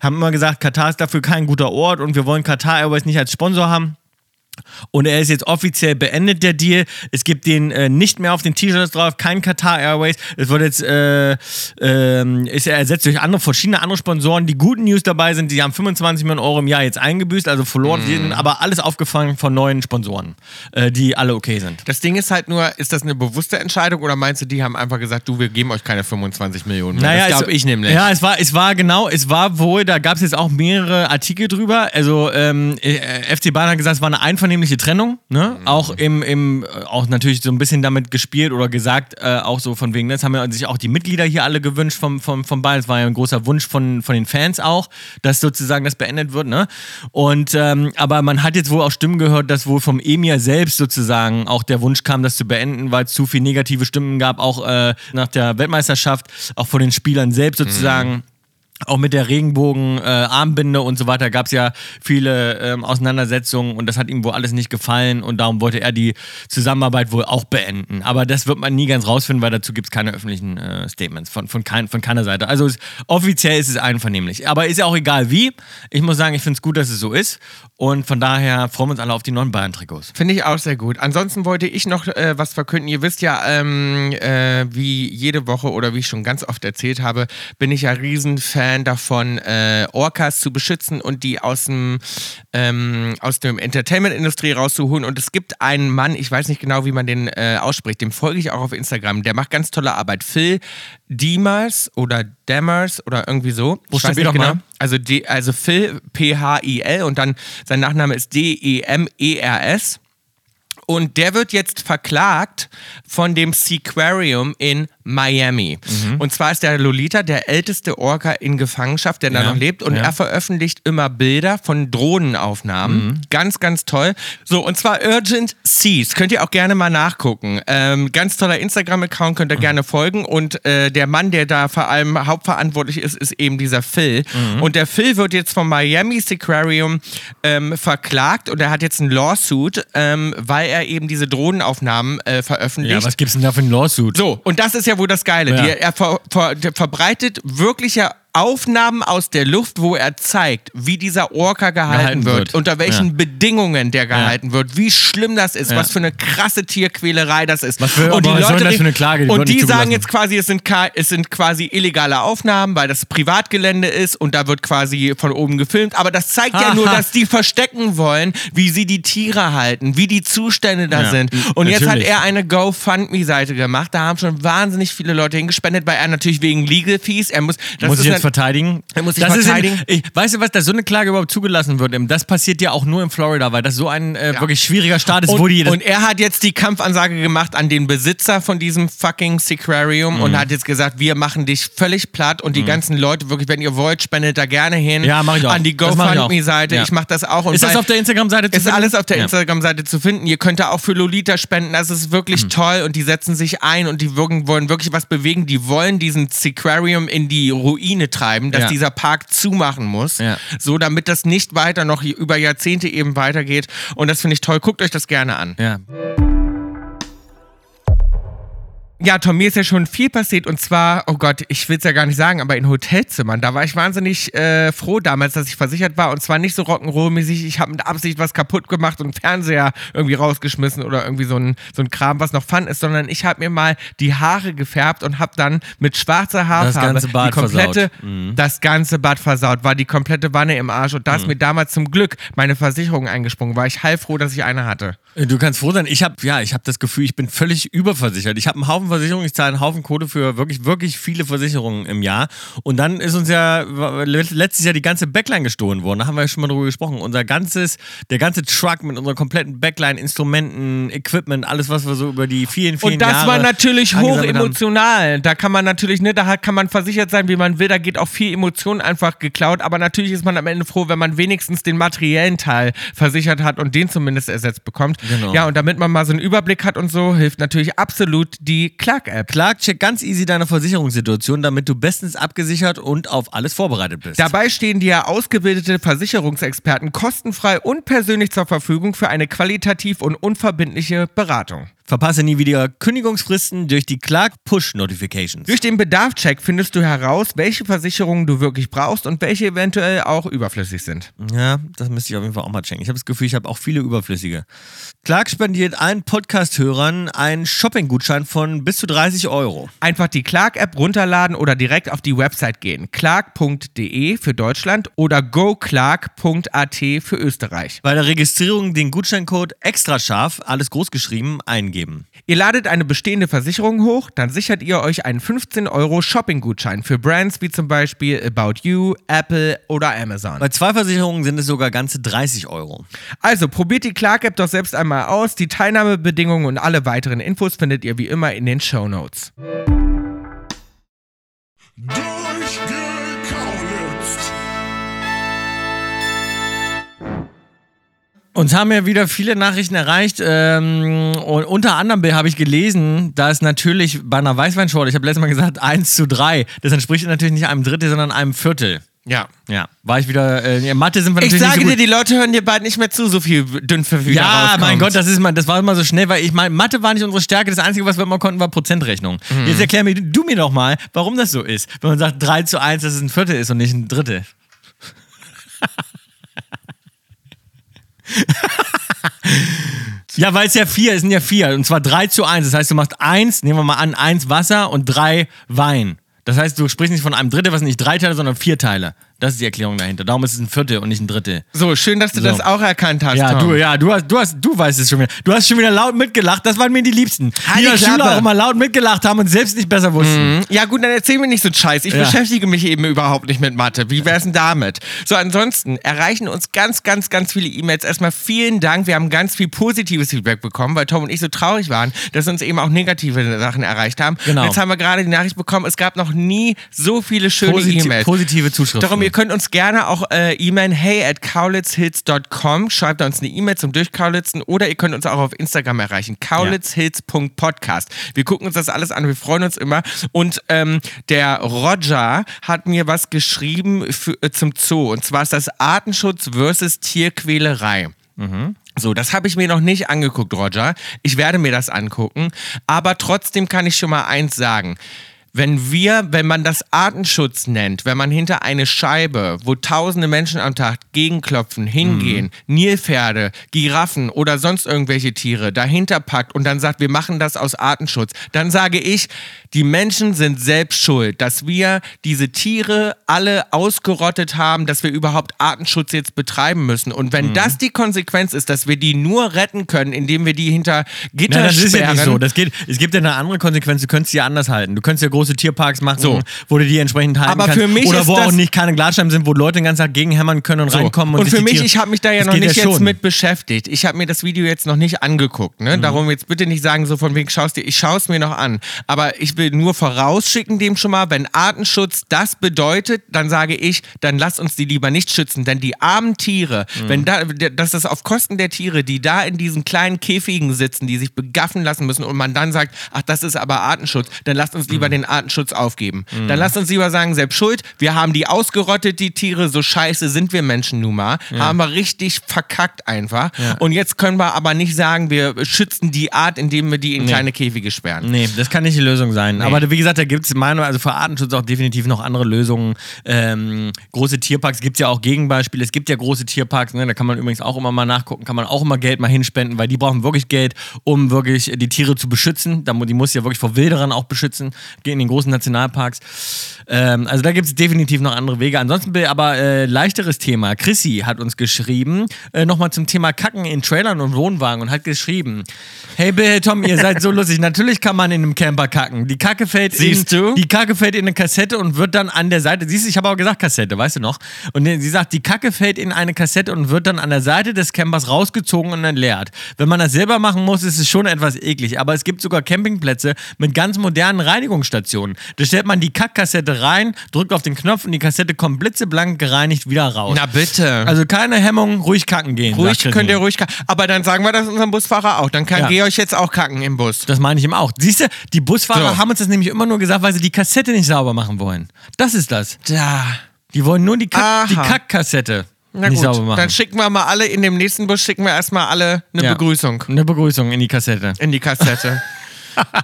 Haben immer gesagt, Katar ist dafür kein guter Ort und wir wollen Katar Airways nicht als Sponsor haben. Und er ist jetzt offiziell beendet, der Deal. Es gibt den äh, nicht mehr auf den T-Shirts drauf, kein Qatar Airways. Es wird jetzt, äh, ähm, ist er ersetzt durch andere, verschiedene andere Sponsoren. Die guten News dabei sind, die haben 25 Millionen Euro im Jahr jetzt eingebüßt, also verloren, werden, aber alles aufgefangen von neuen Sponsoren, äh, die alle okay sind. Das Ding ist halt nur, ist das eine bewusste Entscheidung oder meinst du, die haben einfach gesagt, du, wir geben euch keine 25 Millionen mehr? das glaube es- ich nämlich. Ja, es war, es war genau, es war wohl, da gab es jetzt auch mehrere Artikel drüber. Also ähm, äh, FC Bayern hat gesagt, es war eine einvernehmliche Trennung. Ne? Mhm. Auch im, im, äh, auch natürlich so ein bisschen damit gespielt oder gesagt, äh, auch so von wegen, das haben ja sich auch die Mitglieder hier alle gewünscht vom, vom, vom Bayern. Es war ja ein großer Wunsch von, von den Fans auch, dass sozusagen das beendet wird. Ne? Und ähm, aber man hat jetzt wohl auch Stimmen gehört, dass wohl vom Emir selbst sozusagen auch der Wunsch kam, das zu beenden, weil es zu viel negative Stimmen gab, auch äh, nach der Weltmeisterschaft, auch von den Spielern selbst sozusagen. Auch mit der Regenbogen-Armbinde und so weiter gab es ja viele ähm, Auseinandersetzungen und das hat ihm wohl alles nicht gefallen und darum wollte er die Zusammenarbeit wohl auch beenden. Aber das wird man nie ganz rausfinden, weil dazu gibt es keine öffentlichen äh, Statements von, von, kein, von keiner Seite. Also es, offiziell ist es einvernehmlich. Aber ist ja auch egal wie. Ich muss sagen, ich finde es gut, dass es so ist und von daher freuen wir uns alle auf die neuen Bayern-Trikots. Finde ich auch sehr gut. Ansonsten wollte ich noch äh, was verkünden. Ihr wisst ja, ähm, äh, wie jede Woche oder wie ich schon ganz oft erzählt habe, bin ich ja Riesenfan davon, äh, Orcas zu beschützen und die aus dem ähm, aus dem Entertainment-Industrie rauszuholen. Und es gibt einen Mann, ich weiß nicht genau, wie man den äh, ausspricht, dem folge ich auch auf Instagram. Der macht ganz tolle Arbeit. Phil Diemers oder Demmers oder irgendwie so. Ich Buchstabier weiß nicht doch mal. Also, D, also Phil, P-H-I-L und dann sein Nachname ist E D-E-M-E-R-S. Und der wird jetzt verklagt von dem Seaquarium in Miami. Und zwar ist der Lolita der älteste Orca in Gefangenschaft, der da noch lebt. Und er veröffentlicht immer Bilder von Drohnenaufnahmen. Ganz, ganz toll. So, und zwar Urgent Seas. Könnt ihr auch gerne mal nachgucken. Ähm, ganz toller Instagram-Account, könnt ihr gerne folgen. Und äh, der Mann, der da vor allem hauptverantwortlich ist, ist eben dieser Phil. Und der Phil wird jetzt vom Miami Seaquarium ähm, verklagt und er hat jetzt ein Lawsuit, ähm, weil er eben diese Drohnenaufnahmen äh, veröffentlicht. gibt's denn da für ein Lawsuit? so, und das ist ja wohl das Geile. Ja. Die, er ver, ver, der verbreitet wirkliche Aufnahmen aus der Luft, wo er zeigt, wie dieser Orca gehalten, Gehalten wird, wird. unter welchen Ja. Bedingungen der gehalten wird, wie schlimm das ist, Ja. was für eine krasse Tierquälerei das ist. Was für- und aber was soll denn das reg- für eine Klage? Die und wird die nicht sagen zugelassen. jetzt quasi, es sind, ka- es sind quasi illegale Aufnahmen, weil das Privatgelände ist und da wird quasi von oben gefilmt. Aber das zeigt ja nur, <laughs> Aha. dass die verstecken wollen, wie sie die Tiere halten, wie die Zustände da Ja, sind. m- Und jetzt hat natürlich. er er eine GoFundMe-Seite gemacht. Da haben schon wahnsinnig viele Leute hingespendet, weil er natürlich wegen Legal Fees, er muss, das muss ist ich jetzt eine- verteidigen? Er muss sich das verteidigen. Ist in, ich, weißt du, was da so eine Klage überhaupt zugelassen wird? Das passiert ja auch nur in Florida, weil das so ein äh, Ja. wirklich schwieriger Staat ist, und, wo die das und er hat jetzt die Kampfansage gemacht an den Besitzer von diesem fucking Seaquarium Mhm. und hat jetzt gesagt, wir machen dich völlig platt und die ganzen Leute wirklich, wenn ihr wollt, spendet da gerne hin. Ja, mach ich auch. An die Das mach ich auch. GoFundMe-Seite. Ja. Ich mach das auch. Und Ist das bei- auf der Instagram-Seite zu Ist finden? alles auf der Ja. Instagram-Seite zu finden. Ihr könnt da auch für Lolita spenden. Das ist wirklich Mhm. toll und die setzen sich ein und die wirken, wollen wirklich was bewegen. Die wollen diesen Seaquarium in die Ruine treiben, dass Ja. dieser Park zumachen muss. Ja. So, damit das nicht weiter noch über Jahrzehnte eben weitergeht. Und das finde ich toll. Guckt euch das gerne an. ja. Ja, Tom, mir ist ja schon viel passiert und zwar, oh Gott, ich will's ja gar nicht sagen, aber in Hotelzimmern, da war ich wahnsinnig äh, froh damals, dass ich versichert war und zwar nicht so Rock'n'Roll-mäßig, ich habe mit Absicht was kaputt gemacht und Fernseher irgendwie rausgeschmissen oder irgendwie so ein, so ein Kram, was noch fun ist, sondern ich habe mir mal die Haare gefärbt und habe dann mit schwarzer Haarfarbe ganze Bad die komplette, versaut. Mhm. das ganze Bad versaut, war die komplette Wanne im Arsch und da ist mir damals zum Glück meine Versicherung eingesprungen, war ich heilfroh, dass ich eine hatte. Äh, Du kannst froh sein. Ich habe ja, ich habe das Gefühl, ich bin völlig überversichert. Ich habe einen Haufen Haufen Versicherungen, ich zahle einen Haufen Kohle für wirklich, wirklich viele Versicherungen im Jahr. Und dann ist uns ja w- let- letztes Jahr die ganze Backline gestohlen worden. Da haben wir ja schon mal drüber gesprochen. Unser ganzes, der ganze Truck mit unserer kompletten Backline, Instrumenten, Equipment, alles, was wir so über die vielen, vielen Und das Jahre war natürlich hoch angesammelt haben. emotional. Da kann man natürlich, ne, da hat- kann man versichert sein, wie man will. Da geht auch viel Emotion einfach geklaut. Aber natürlich ist man am Ende froh, wenn man wenigstens den materiellen Teil versichert hat und den zumindest ersetzt bekommt. Genau. Ja, und damit man mal so einen Überblick hat und so, hilft natürlich absolut die Clark-App. Clark checkt ganz easy deine Versicherungssituation, damit du bestens abgesichert und auf alles vorbereitet bist. Dabei stehen dir ausgebildete Versicherungsexperten kostenfrei und persönlich zur Verfügung für eine qualitativ und unverbindliche Beratung. Verpasse nie wieder Kündigungsfristen durch die Clark Push Notifications. Durch den Bedarfscheck findest du heraus, welche Versicherungen du wirklich brauchst und welche eventuell auch überflüssig sind. Ja, das müsste ich auf jeden Fall auch mal checken. Ich habe das Gefühl, ich habe auch viele Überflüssige. Clark spendiert allen Podcast-Hörern einen Shopping-Gutschein von bis zu 30 Euro. Einfach die Clark-App runterladen oder direkt auf die Website gehen. Clark.de für Deutschland oder goclark.at für Österreich. Bei der Registrierung den Gutscheincode extra scharf, alles groß geschrieben, eingeben. Ihr ladet eine bestehende Versicherung hoch, dann sichert ihr euch einen 15 Euro Shopping-Gutschein für Brands wie zum Beispiel About You, Apple oder Amazon. Bei zwei Versicherungen sind es sogar ganze 30 Euro. Also probiert die Clark-App doch selbst einmal aus. Die Teilnahmebedingungen und alle weiteren Infos findet ihr wie immer in den Show Notes. Durchgekauletzt. Uns haben ja wieder viele Nachrichten erreicht ähm, und unter anderem be- habe ich gelesen, dass natürlich bei einer Weißweinschorle, ich habe letztes Mal gesagt 1 zu 3, das entspricht natürlich nicht einem Drittel, sondern einem Viertel. Ja. Ja, war ich wieder, äh, in Mathe sind wir Ich natürlich sage nicht so dir, gut. die Leute hören dir bald nicht mehr zu, so viel Dünnpfiff wieder ja, rauskommt. mein Gott, das, ist mal, das war immer so schnell, weil ich meine, Mathe war nicht unsere Stärke. Das Einzige, was wir immer konnten, war Prozentrechnung. Mhm. Jetzt erklär mir du mir doch mal, warum das so ist, wenn man sagt 3 zu 1, dass es ein Viertel ist und nicht ein Drittel. ja, weil es ja vier, es sind ja vier. Und zwar 3 zu 1. Das heißt, du machst 1, nehmen wir mal an, 1 Wasser und 3 Wein. Das heißt, du sprichst nicht von einem Drittel, was sind nicht drei Teile, sondern vier Teile. Das ist die Erklärung dahinter. Darum ist es ein Viertel und nicht ein Drittel. So, schön, dass du das auch erkannt hast, Ja, Tom. du, ja, du hast, du hast, du weißt es schon wieder. Du hast schon wieder laut mitgelacht. Das waren mir die Liebsten. Halt die die in der Klappe. Mhm. Schule auch immer laut mitgelacht haben und selbst nicht besser wussten. Hm? Ja gut, dann erzähl mir nicht so einen Scheiß. Ich Ja. beschäftige mich eben überhaupt nicht mit Mathe. Wie wär's denn damit? So, ansonsten erreichen uns ganz, ganz, ganz viele E-Mails. Erstmal vielen Dank. Wir haben ganz viel positives Feedback bekommen, weil Tom und ich so traurig waren, dass uns eben auch negative Sachen erreicht haben. Genau. Und jetzt haben wir gerade die Nachricht bekommen, es gab noch nie so viele schöne Posit- E-Mails. positive Zuschriften. Darum, ihr könnt uns gerne auch äh, e-mailen, hey at kaulitzhits.com. Schreibt uns eine E-Mail zum Durchkaulitzen oder ihr könnt uns auch auf Instagram erreichen, kaulitzhits.podcast. Wir gucken uns das alles an, wir freuen uns immer. Und ähm, der Roger hat mir was geschrieben für, äh, zum Zoo. Und zwar ist das Artenschutz versus Tierquälerei. Mhm. So, das habe ich mir noch nicht angeguckt, Roger. Ich werde mir das angucken. Aber trotzdem kann ich schon mal eins sagen. Wenn wir, wenn man das Artenschutz nennt, wenn man hinter eine Scheibe, wo tausende Menschen am Tag gegenklopfen, hingehen, Mhm. Nilpferde, Giraffen oder sonst irgendwelche Tiere dahinter packt und dann sagt, wir machen das aus Artenschutz, dann sage ich, die Menschen sind selbst schuld, dass wir diese Tiere alle ausgerottet haben, dass wir überhaupt Artenschutz jetzt betreiben müssen. Und Mhm. wenn das die Konsequenz ist, dass wir die nur retten können, indem wir die hinter Gitter Nein, das ist sperren, ja nicht so. Das geht, es gibt ja eine andere Konsequenz. Du könntest die ja anders halten. Du könntest ja große Tierparks machen, So. wo du die entsprechend halten Aber kannst. für mich Oder ist wo auch das- nicht keine Glasscheiben sind, wo Leute den ganzen Tag gegenhämmern können und So. reinkommen. Und, Und, sich für die mich, Tiere- ich habe mich da ja Das noch geht nicht jetzt schon. Mhm. mit beschäftigt. Ich habe mir das Video jetzt noch nicht angeguckt. Ne? Darum jetzt bitte nicht sagen, so von wegen schaust dir, ich schaue es mir noch an. Aber ich will nur vorausschicken dem schon mal, wenn Artenschutz das bedeutet, dann sage ich, dann lass uns die lieber nicht schützen. Denn die armen Tiere, Mhm. wenn da, dass das auf Kosten der Tiere, die da in diesen kleinen Käfigen sitzen, die sich begaffen lassen müssen und man dann sagt, ach, das ist aber Artenschutz, dann lasst uns Mhm. lieber den Artenschutz aufgeben. Dann lasst uns lieber sagen, selbst schuld, wir haben die ausgerottet, die Tiere, so scheiße sind wir Menschen nun mal, haben wir richtig verkackt einfach. Und jetzt können wir aber nicht sagen, wir schützen die Art, indem wir die in kleine Käfige sperren. Nee, das kann nicht die Lösung sein. Aber wie gesagt, da gibt es Meinung, also für Artenschutz auch definitiv noch andere Lösungen. Ähm, große Tierparks gibt es ja auch Gegenbeispiele. Es gibt ja große Tierparks, ne? da kann man übrigens auch immer mal nachgucken, kann man auch immer Geld mal hinspenden, weil die brauchen wirklich Geld, um wirklich die Tiere zu beschützen. Da mu- Die muss ja wirklich vor Wilderern auch beschützen, ge- in den großen Nationalparks. Ähm, also da gibt es definitiv noch andere Wege. Ansonsten will aber äh, leichteres Thema. Chrissy hat uns geschrieben, äh, nochmal zum Thema Kacken in Trailern und Wohnwagen und hat geschrieben, hey Bill, hey Tom, <laughs> ihr seid so lustig. Natürlich kann man in einem Camper kacken. Die Kacke fällt Siehst in, du? Die Kacke fällt in eine Kassette und wird dann an der Seite, siehst du, ich habe aber gesagt Kassette, weißt du noch? Und sie sagt, die Kacke fällt in eine Kassette und wird dann an der Seite des Campers rausgezogen und entleert. Wenn man das selber machen muss, ist es schon etwas eklig, aber es gibt sogar Campingplätze mit ganz modernen Reinigungsstationen. Da stellt man die Kackkassette rein, drückt auf den Knopf und die Kassette kommt blitzeblank gereinigt wieder raus. Na bitte. Also keine Hemmung, ruhig kacken gehen. ruhig sagt Christine. könnt ihr ruhig kacken. Aber dann sagen wir das unserem Busfahrer auch. Dann kann Ja. Georg jetzt auch kacken im Bus. Das meine ich ihm auch. Siehst du, die Busfahrer So. haben uns das nämlich immer nur gesagt, weil sie die Kassette nicht sauber machen wollen. Das ist das. Da. Die wollen nur die, Aha. Kack die Kackkassette Na nicht gut, sauber machen. dann schicken wir mal alle, in dem nächsten Bus schicken wir erstmal alle eine Ja. Begrüßung Eine Begrüßung in die Kassette. in die Kassette.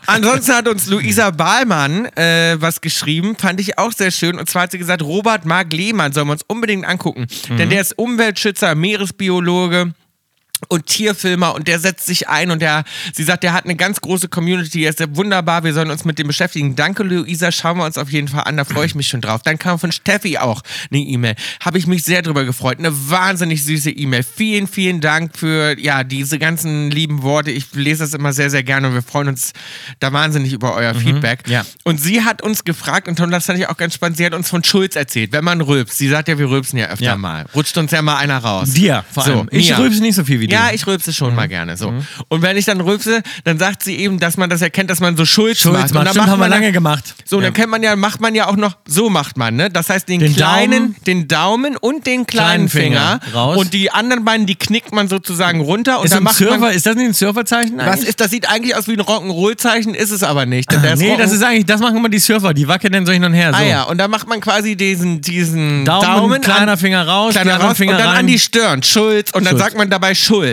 Ansonsten hat uns Luisa Bahlmann äh, was geschrieben, fand ich auch sehr schön. Und zwar hat sie gesagt, Robert Marc Lehmann sollen wir uns unbedingt angucken. Denn der ist Umweltschützer, Meeresbiologe und Tierfilmer und der setzt sich ein und der, sie sagt, der hat eine ganz große Community, der ist sehr wunderbar, wir sollen uns mit dem beschäftigen. Danke, Luisa, schauen wir uns auf jeden Fall an, da freue ich mich schon drauf. Dann kam von Steffi auch eine E-Mail, habe ich mich sehr drüber gefreut, eine wahnsinnig süße E-Mail. Vielen, vielen Dank für, ja, diese ganzen lieben Worte, ich lese das immer sehr, sehr gerne und wir freuen uns da wahnsinnig über euer Feedback. Mhm. ja. Und sie hat uns gefragt, und Tom, das fand ich auch ganz spannend, sie hat uns von Schulz erzählt, wenn man rülpst, sie sagt ja, wir rülpsen ja öfter Ja. mal, rutscht uns ja mal einer raus. Dir vor allem. Ich mir. rülpse nicht so viel wie du. Mhm. Ja, ich rülpse schon mal gerne. So. Und wenn ich dann rülpse, dann sagt sie eben, dass man das erkennt, dass man so Schulz, Schulz macht. macht. Und dann Stimmt, haben wir man lange gemacht. So, und Ja. dann kennt man ja, macht man ja auch noch, so macht man, ne? Das heißt, den, Den kleinen, Daumen- den Daumen und den kleinen Kleinen Finger, Finger raus. Und die anderen beiden, die knickt man sozusagen runter und Ist, dann ein macht Surfer, man. ist das nicht ein Surferzeichen Was eigentlich? ist, das sieht eigentlich aus wie ein Rock'n'Roll-Zeichen, ist es aber nicht. Denn der Nee, Rock'n- das ist eigentlich, das machen immer die Surfer, die wackeln dann so hin und her. So. Ah ja, und dann macht man quasi diesen, diesen Daumen, Daumen kleiner Finger raus, die kleiner anderen raus Finger und dann rein. an die Stirn, Schulz. Und dann Schulz. Mhm. sagt man dabei Schulz.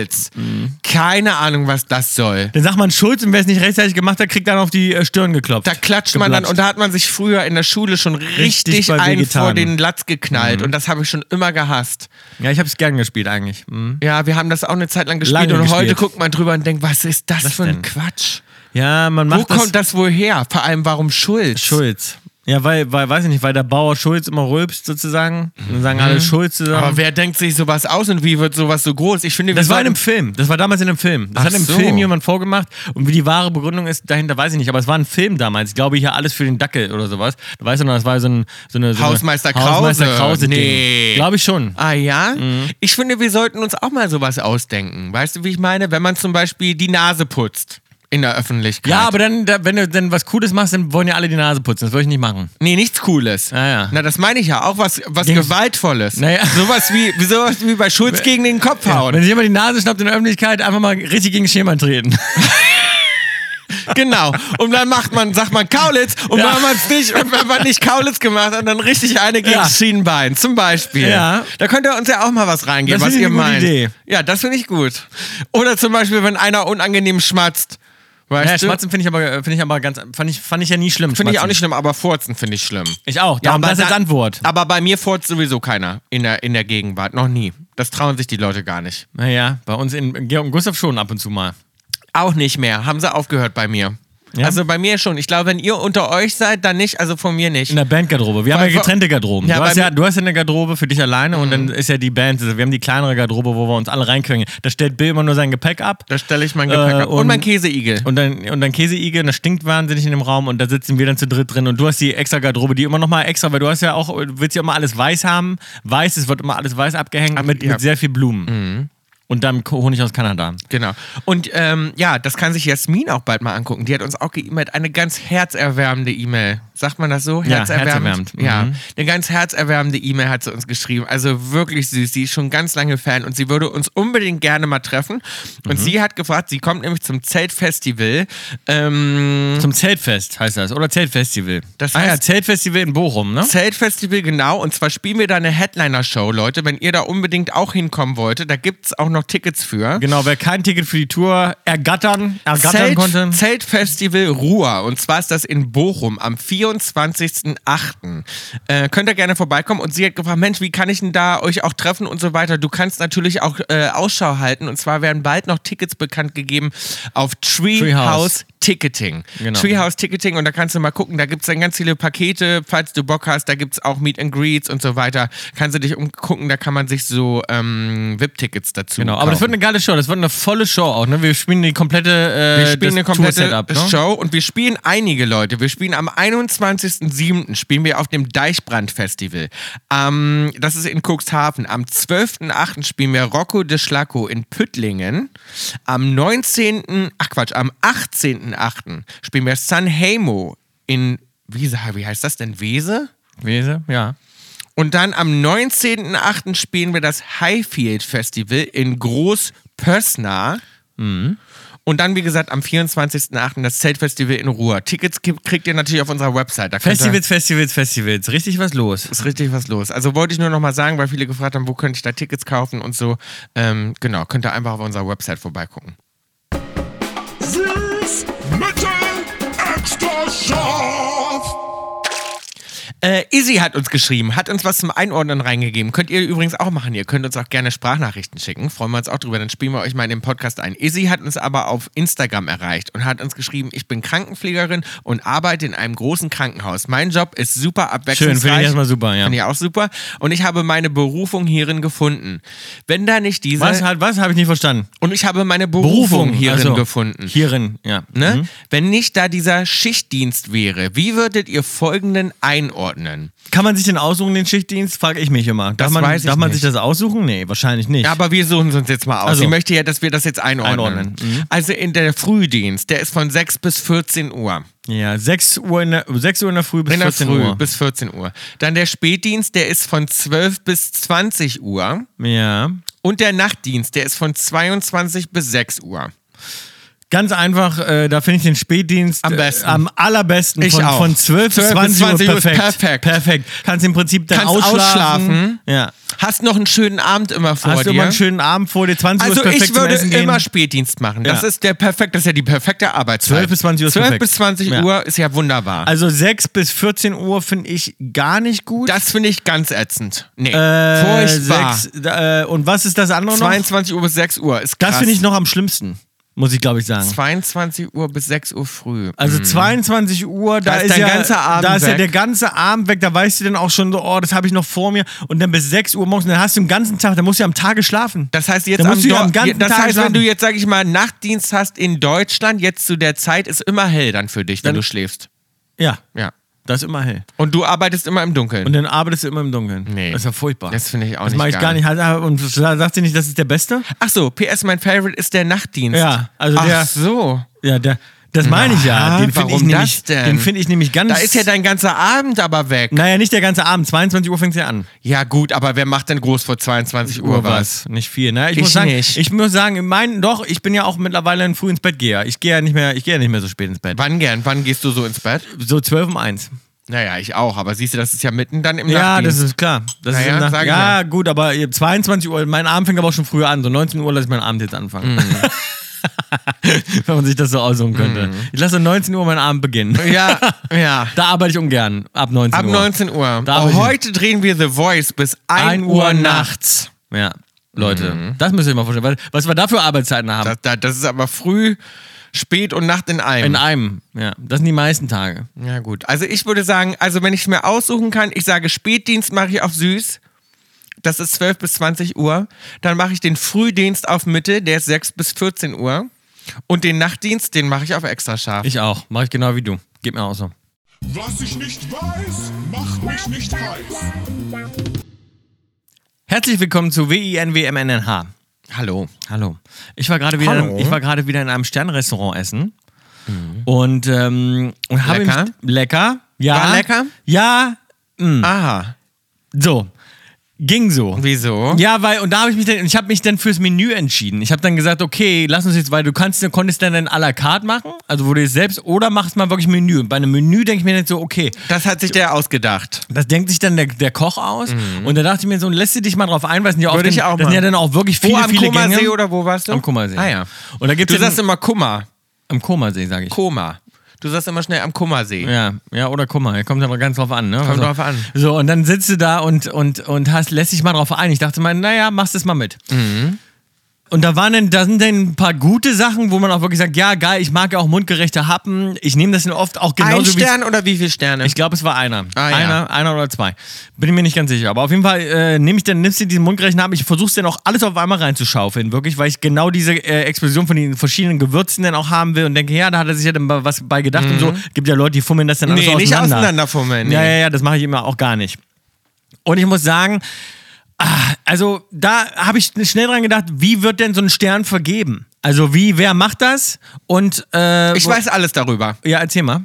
Keine Ahnung, was das soll. Dann sagt man Schulz und wer es nicht rechtzeitig gemacht hat, kriegt dann auf die äh, Stirn geklopft. Da klatscht man dann, Geplatscht. und da hat man sich früher in der Schule schon richtig, Richtig bei einen wehgetan. Mhm. vor den Latz geknallt. Und das habe ich schon immer gehasst. Ja, ich hab's gern gespielt eigentlich. Mhm. Ja, wir haben das auch eine Zeit lang gespielt. Lange und heute gespielt. guckt man drüber und denkt, was ist das Was für ein denn? Quatsch? Ja, man Wo macht das. kommt das wohl her? Vor allem, warum Schulz? Schulz. Ja, weil, weil, weiß ich nicht, weil der Bauer Schulz immer rülpst sozusagen. Und dann sagen alle Schulz zusammen. Mhm. Aber wer denkt sich sowas aus und wie wird sowas so groß? Ich finde, wir Das war in sollten- einem Film. Das war damals in einem Film. Das Ach hat im so. Film jemand vorgemacht. Und wie die wahre Begründung ist, dahinter weiß ich nicht. Aber es war ein Film damals. Ich glaube, hier alles für den Dackel oder sowas. Du weißt doch noch, das war so, ein, so eine. So Hausmeister eine Krause. Hausmeister Krause. Nee. Glaube ich schon. Ah ja? Mhm. Ich finde, wir sollten uns auch mal sowas ausdenken. Weißt du, wie ich meine? Wenn man zum Beispiel die Nase putzt in der Öffentlichkeit. Ja, aber dann, da, wenn du dann was Cooles machst, dann wollen ja alle die Nase putzen. Das würde ich nicht machen. Nee, nichts Cooles. Ah, ja. Na, das meine ich ja. Auch was, was Ging's- Gewaltvolles. Naja. Sowas, wie, wie- sowas wie bei Schulz gegen den Kopf hauen. Wenn sich jemand die Nase schnappt in der Öffentlichkeit, einfach mal richtig gegen das Schema treten. Genau. Und dann macht man, sagt man Kaulitz und Ja. macht man es nicht. Und wenn man nicht Kaulitz gemacht hat, dann richtig eine gegen Ja. das Schienenbein zum Beispiel. Ja. Da könnt ihr uns ja auch mal was reingeben, Das was finde ihr ich eine meint. gute Idee. Ja, das finde ich gut. Oder zum Beispiel, wenn einer unangenehm schmatzt. Weißt Ja, du? Schmatzen finde ich, aber- finde ich aber ganz. Fand ich, fand ich ja nie schlimm. Finde ich auch Schmatzen. nicht schlimm, aber Furzen finde ich schlimm. Ich auch. Darum das dann- als Antwort. Aber bei mir furzt sowieso keiner in der, in der Gegenwart. Noch nie. Das trauen sich die Leute gar nicht. Naja, bei uns in in Georg und Gustav schon ab und zu mal. Auch nicht mehr. Haben sie aufgehört bei mir. Ja? Also bei mir schon. Ich glaube, wenn ihr unter euch seid, dann nicht. Also von mir nicht. In der Bandgarderobe. Wir Weil- haben ja getrennte Garderoben. Ja, du, hast weil- Mhm. ja, du hast ja eine Garderobe für dich alleine und dann ist ja die Band. Also wir haben die kleinere Garderobe, wo wir uns alle reinkönnen. Da stellt Bill immer nur sein Gepäck ab. da stelle ich mein Gepäck Äh, ab. Und, mein Käseigel. Und dann, und dann Käseigel, und das stinkt wahnsinnig in dem Raum und da sitzen wir dann zu dritt drin und du hast die extra Garderobe, die immer nochmal extra, weil du hast ja auch, du willst ja immer alles weiß haben. Weiß, es wird immer alles weiß abgehängt Ab- mit, ja. Mhm. mit sehr viel Blumen. Und dann Ko- Honig aus Kanada. genau. Und ähm, ja, das kann sich Jasmin auch bald mal angucken. Die hat uns auch geemailt. Eine ganz herzerwärmende E-Mail. Sagt man das so? Ja, herzerwärmend. Mhm. Ja. Eine ganz herzerwärmende E-Mail hat sie uns geschrieben. Also wirklich süß. Sie ist schon ganz lange Fan und sie würde uns unbedingt gerne mal treffen. Und Mhm. sie hat gefragt, sie kommt nämlich zum Zeltfestival. Ähm, Zum Zeltfest heißt das. Oder Zeltfestival. Das ah ja, heißt- Zeltfestival in Bochum, ne? Zeltfestival, genau. Und zwar spielen wir da eine Headliner-Show, Leute. Wenn ihr da unbedingt auch hinkommen wolltet, da gibt es auch noch Tickets für. Genau, wer kein Ticket für die Tour ergattern, ergattern Zelt, konnte. Zeltfestival Ruhr. Und zwar ist das in Bochum am 24.08. Äh, könnt ihr gerne vorbeikommen. Und sie hat gefragt, Mensch, wie kann ich denn da euch auch treffen und so weiter. Du kannst natürlich auch äh, Ausschau halten. Und zwar werden bald noch Tickets bekannt gegeben auf Treehouse. Treehouse. Ticketing. Genau. Treehouse Ticketing und da kannst du mal gucken, da gibt es dann ganz viele Pakete, falls du Bock hast, da gibt es auch Meet and Greets und so weiter. Kannst du dich umgucken, da kann man sich so ähm, VIP-Tickets dazu Genau, kaufen. aber das wird eine geile Show, das wird eine volle Show auch, ne? Wir spielen die komplette äh, Wir spielen das eine komplette Tour-Setup, ne? Show und wir spielen einige Leute. Wir spielen am 21.07. spielen wir auf dem Deichbrand-Festival. Ähm, das ist in Cuxhaven. Am 12.08. spielen wir Rocco de Schlacco in Püttlingen. Am 19., ach Quatsch, am 18.08. spielen wir San Hemo in, wie, sa- wie heißt das denn, Wese? Wese, ja. Und dann am 19.08. spielen wir das Highfield Festival in Großpössna. Und dann, wie gesagt, am 24.08. das Zeltfestival in Ruhr. Tickets ki- kriegt ihr natürlich auf unserer Website. Da könnt ihr- Festivals, Festivals, Festivals. Richtig was los. Ist richtig was los. Also wollte ich nur noch mal sagen, weil viele gefragt haben, wo könnte ich da Tickets kaufen und so. Ähm, genau, könnt ihr einfach auf unserer Website vorbeigucken. Süß, mittel, extra scharf. Äh, Izzy hat uns geschrieben, hat uns was zum Einordnen reingegeben. Könnt ihr übrigens auch machen. Ihr könnt uns auch gerne Sprachnachrichten schicken. Freuen wir uns auch drüber. Dann spielen wir euch mal in den Podcast ein. Izzy hat uns aber auf Instagram erreicht und hat uns geschrieben, ich bin Krankenpflegerin und arbeite in einem großen Krankenhaus. Mein Job ist super abwechslungsreich. Schön, finde ich erstmal super, ja. Finde ich auch super. Und ich habe meine Berufung hierin gefunden. Wenn da nicht diese... Was, hat- was habe ich nicht verstanden? Und ich habe meine Berufung, hierin also, gefunden. Hierin, ja. Ne? Mhm. Wenn nicht da dieser Schichtdienst wäre, wie würdet ihr folgenden einordnen? Kann man sich den aussuchen, den Schichtdienst? Frage ich mich immer. Darf Das man, weiß ich darf man sich nicht. das aussuchen? Nee, wahrscheinlich nicht. Ja, aber wir suchen es uns jetzt mal aus. Also. Sie möchte ja, dass wir das jetzt einordnen. Einordnen, mhm. Also in der Frühdienst, der ist von 6 bis 14 Uhr. ja 6 Uhr in der, 6 Uhr in der Früh bis In der 14 Früh Uhr. bis 14 Uhr. Dann der Spätdienst, der ist von 12 bis 20 Uhr. ja. Und der Nachtdienst, der ist von 22 bis 6 Uhr. Ganz einfach, äh, da finde ich den Spätdienst Am äh, besten. am allerbesten Ich von, auch. von 12, 12 bis bis 20 Uhr perfekt. perfekt. perfekt. Kannst im Prinzip dann Kannst ausschlafen. Ja. Hast noch einen schönen Abend immer vor Hast dir. du mal einen schönen Abend vor dir, 20 Uhr also ist perfekt ich würde zum Essen immer gehen. Spätdienst machen. Das Ja. ist der perfekt, das ist ja die perfekte Arbeitszeit. 12 bis 20 Uhr ist 12 perfekt. bis 20 Ja. Uhr ist ja wunderbar. Also 6 bis 14 Uhr finde ich gar nicht gut. das finde ich ganz ätzend. Nee, Äh, furchtbar. sechs, äh, und was ist das andere noch? 22 Uhr bis 6 Uhr ist krass. Das finde ich noch am schlimmsten, muss ich glaube ich sagen. 22 Uhr bis 6 Uhr früh. Also 22 Uhr, da, Mhm. Da ist ist, dein ja, ganzer Abend da ist ja weg. der ganze Abend weg, da weißt du dann auch schon so, oh, das habe ich noch vor mir und dann bis 6 Uhr morgens, dann hast du den ganzen Tag, dann musst du ja am Tage schlafen. das heißt jetzt Dann am, musst du ja Dor- am ganzen das Tag heißt, wenn schlafen. du jetzt sag ich mal Nachtdienst hast in Deutschland, jetzt zu der Zeit ist immer hell dann für dich, wenn Dann- du schläfst. ja, Ja. das ist immer hell. Und du arbeitest immer im Dunkeln. Und dann arbeitest du immer im Dunkeln. Nee. Das ist ja furchtbar. Das finde ich auch das nicht Das mag ich gar geil. nicht. Und sagt ihr nicht, das ist der Beste? Ach so, PS mein Favorite ist der Nachtdienst. Ja, also Ach der- so. Ja, der, das meine ich ja. Aha, Den finde ich, warum nämlich- das denn? den find ich nämlich ganz... Da ist ja dein ganzer Abend aber weg. Naja, nicht der ganze Abend. 22 Uhr fängt es ja an. Ja gut, aber wer macht denn groß vor 22 Uhr was? Nicht viel. Ne? Ich, Ich muss sagen, nicht. ich muss sagen, mein, doch, ich bin ja auch mittlerweile ein früh ins Bett gehe. Ich gehe ja nicht mehr, ich gehe ja nicht mehr so spät ins Bett. Wann gern? Wann gehst du so ins Bett? So 12 um 1. Naja, ich auch, aber siehst du, das ist ja mitten dann im Ja, Nachtdienst. das ist klar. Das Naja, ist im Nach- sag ich ja, ja. gut, aber 22 Uhr, mein Abend fängt aber auch schon früher an. So 19 Uhr lasse ich meinen Abend jetzt anfangen. <laughs> Wenn man sich das so aussuchen könnte. Ich lasse um 19 Uhr meinen Abend beginnen. Ja, ja. <laughs> Da arbeite ich ungern. Ab 19 Ab Uhr. 19 Uhr. Da hab ich- oh, heute drehen wir The Voice bis 1 Uhr nachts. Ja, Leute, das müsst ihr euch mal vorstellen. Was- Was wir da für Arbeitszeiten haben. Das, das, das ist aber früh, spät und Nacht in einem. in einem. Ja, das sind die meisten Tage. ja, gut. Also ich würde sagen, also wenn ich mir aussuchen kann, ich sage Spätdienst mache ich auf süß. Das ist 12 bis 20 Uhr. Dann mache ich den Frühdienst auf Mitte, der ist 6 bis 14 Uhr. Und den Nachtdienst, den mache ich auf extra scharf. Ich auch. Mache ich genau wie du. Geht mir auch so. Was ich nicht weiß, macht mich nicht heiß. Herzlich willkommen zu WINWMNNH. Hallo. Hallo. Ich war gerade wieder, Hallo. ich war gerade wieder in einem Sternrestaurant essen. Und, ähm, und habe Lecker? mich- lecker. Ja. War lecker? Ja. Hm. Aha. So. Ging so. Wieso? Ja, weil und da habe ich mich dann ich habe mich dann fürs Menü entschieden. Ich habe dann gesagt, okay, lass uns jetzt, weil du kannst konntest dann ein à la carte machen, also wo du jetzt selbst oder machst mal wirklich Menü. Und bei einem Menü denke ich mir dann so, okay, Das hat sich der ausgedacht. Das denkt sich dann der, der Koch aus. Und da dachte ich mir so, lässt du dich mal drauf ein, weil es sind ja, oft Mhm. Würde dann, ich auch das sind ja machen. dann auch wirklich viele, wo am viele Kummersee Gänge. oder wo warst du? Am Kummersee. Ah ja. Und da gibt's Du ja sagst diesen- immer Kummer. Am Kummersee, sage ich. Koma. Du sagst immer schnell am Kummersee. ja, ja, oder Kummer. Ja, Kommt aber ganz drauf an, ne? Kommt drauf an. So, und dann Mhm. sitzt du da und, und, und hast, lässt dich mal drauf ein. Ich dachte mal, naja, machst es mal mit. Und da waren denn, da sind denn ein paar gute Sachen, wo man auch wirklich sagt, ja geil, ich mag ja auch mundgerechte Happen. Ich nehme das dann oft auch Ein genauso wie Stern oder wie viele Sterne? ich glaube, es war einer. Ne? Ah, ja. einer, einer oder zwei. Bin mir nicht ganz sicher. Aber auf jeden Fall äh, nehme ich dann, nimmst du diesen mundgerechten Happen. Ich versuche dann auch alles auf einmal reinzuschaufeln, wirklich, weil ich genau diese äh, Explosion von den verschiedenen Gewürzen dann auch haben will und denke, ja, da hat er sich ja dann mal was bei gedacht und so. Gibt ja Leute, die fummeln das dann Mhm. alles nee, auseinander. nicht auseinanderfummeln. Nee. Ja, ja, ja, das mache ich immer auch gar nicht. Und ich muss sagen, ah, also da habe ich schnell dran gedacht, wie wird denn so ein Stern vergeben? Also wie, wer macht das? Und äh, Ich wo- weiß alles darüber. ja, erzähl mal.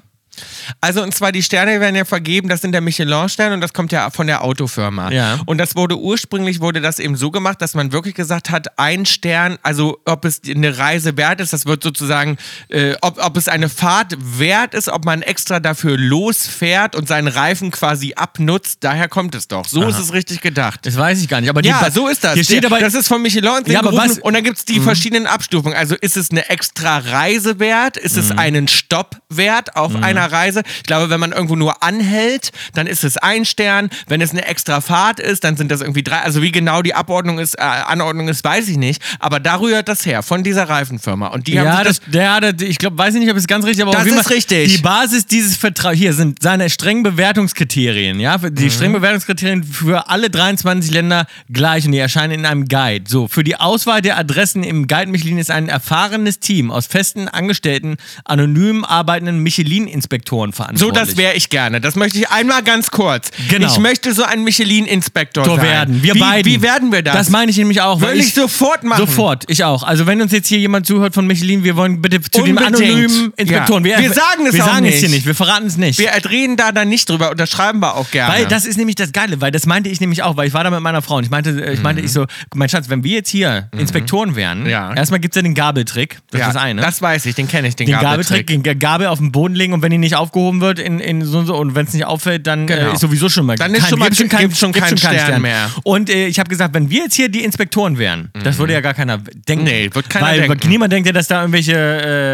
Also und zwar die Sterne werden ja vergeben, das sind der Michelin-Stern und das kommt ja von der Autofirma. Ja. Und das wurde ursprünglich wurde das eben so gemacht, dass man wirklich gesagt hat, ein Stern, also ob es eine Reise wert ist, das wird sozusagen, äh, ob, ob es eine Fahrt wert ist, ob man extra dafür losfährt und seinen Reifen quasi abnutzt, daher kommt es doch. So ist es richtig gedacht. Das weiß ich gar nicht. Aber die, Ja, so ist das. Hier steht Der- aber, das ist von Michelin Ja, aber gerufen was- Mhm. und dann gibt es die verschiedenen Abstufungen. Also ist es eine extra Reise wert? Ist Mhm. es einen Stopp wert auf einer Reise? Ich glaube, wenn man irgendwo nur anhält, dann ist es ein Stern. Wenn es eine extra Fahrt ist, dann sind das irgendwie drei. Also wie genau die Abordnung ist, äh, Anordnung ist, weiß ich nicht. Aber da rührt das her, von dieser Reifenfirma. Und die haben ja, sich das, der hatte, ich glaube, weiß ich nicht, ob es ganz richtig, aber Das auf jeden ist Fall richtig. Die Basis dieses Vertrags hier sind seine strengen Bewertungskriterien, ja, die Mhm. strengen Bewertungskriterien für alle 23 Länder gleich und die erscheinen in einem Guide. So, für die Auswahl der Adressen im Guide Michelin ist ein erfahrenes Team aus festen Angestellten, anonym arbeitenden Michelin-Inspektoren So, verantwortlich. das wäre ich gerne. Das möchte ich einmal ganz kurz. Genau. Ich möchte so ein Michelin-Inspektor so sein. werden. Wir wie, beiden. Wie werden wir das? Das meine ich nämlich auch. weil Will ich sofort machen. Sofort, ich auch. Also wenn uns jetzt hier jemand zuhört von Michelin, wir wollen bitte zu Unbedingt. dem anonymen Inspektoren. Ja. Wir sagen es wir auch sagen es hier nicht. nicht. Wir verraten es nicht. Wir reden da dann nicht drüber und das schreiben wir auch gerne. weil das ist nämlich das Geile, weil das meinte ich nämlich auch, weil ich war da mit meiner Frau und ich meinte, äh, ich meinte ich so, mein Schatz, wenn wir jetzt hier Inspektoren wären, Mhm. Ja. erstmal gibt es ja den Gabeltrick, das ja, ist das eine. Das weiß ich, den kenne ich, den, den Gabeltrick. Gabeltrick, den Gabel auf den Boden legen und wenn die nicht aufgehoben wird in, in so und so und wenn es nicht auffällt, dann Genau. äh, ist sowieso schon mal Dann ist schon mal- gibt's schon keinen Stern mehr. Mhm. Und äh, ich habe gesagt, wenn wir jetzt hier die Inspektoren wären, das würde ja gar keiner denken. Nee, wird keiner weil, denken. Weil niemand denkt ja, dass da irgendwelche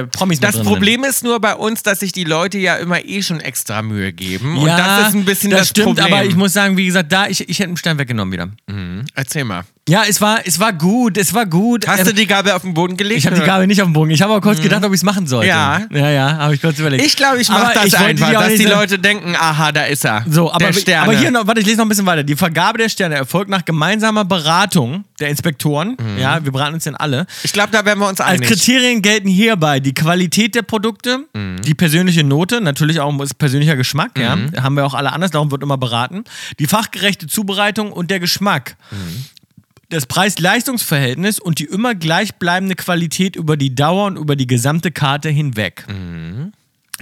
äh, Promis mit Das drin Problem ist nur bei uns, dass sich die Leute ja immer eh schon extra Mühe geben. sind. und ja, das ist ein bisschen das, stimmt, Problem. aber ich muss sagen, wie gesagt, da, ich, ich hätte einen Stern weggenommen wieder. Erzähl mal. Ja, es war, es war gut, es war gut. Hast Ähm, du die Gabel auf den Boden gelegt? Ich habe die oder? Gabel nicht auf dem Bogen. Ich habe aber kurz gedacht, ob ich es machen sollte. Ja. Ja, ja, habe ich kurz überlegt. Ich glaube, ich Aber mache das ich wollte einfach, die auch dass nicht die so- Leute denken, aha, da ist er. So, aber, der Sterne. aber hier noch, warte, ich lese noch ein bisschen weiter. Die Vergabe der Sterne erfolgt nach gemeinsamer Beratung der Inspektoren. Mhm. Ja, wir beraten uns denn alle. ich glaube, da werden wir uns Als einig. Kriterien gelten hierbei die Qualität der Produkte, Mhm. die persönliche Note, natürlich auch ist persönlicher Geschmack, ja, Mhm. haben wir auch alle anders, darum wird immer beraten, die fachgerechte Zubereitung und der Geschmack. Mhm. Das Preis-Leistungs-Verhältnis und die immer gleichbleibende Qualität über die Dauer und über die gesamte Karte hinweg.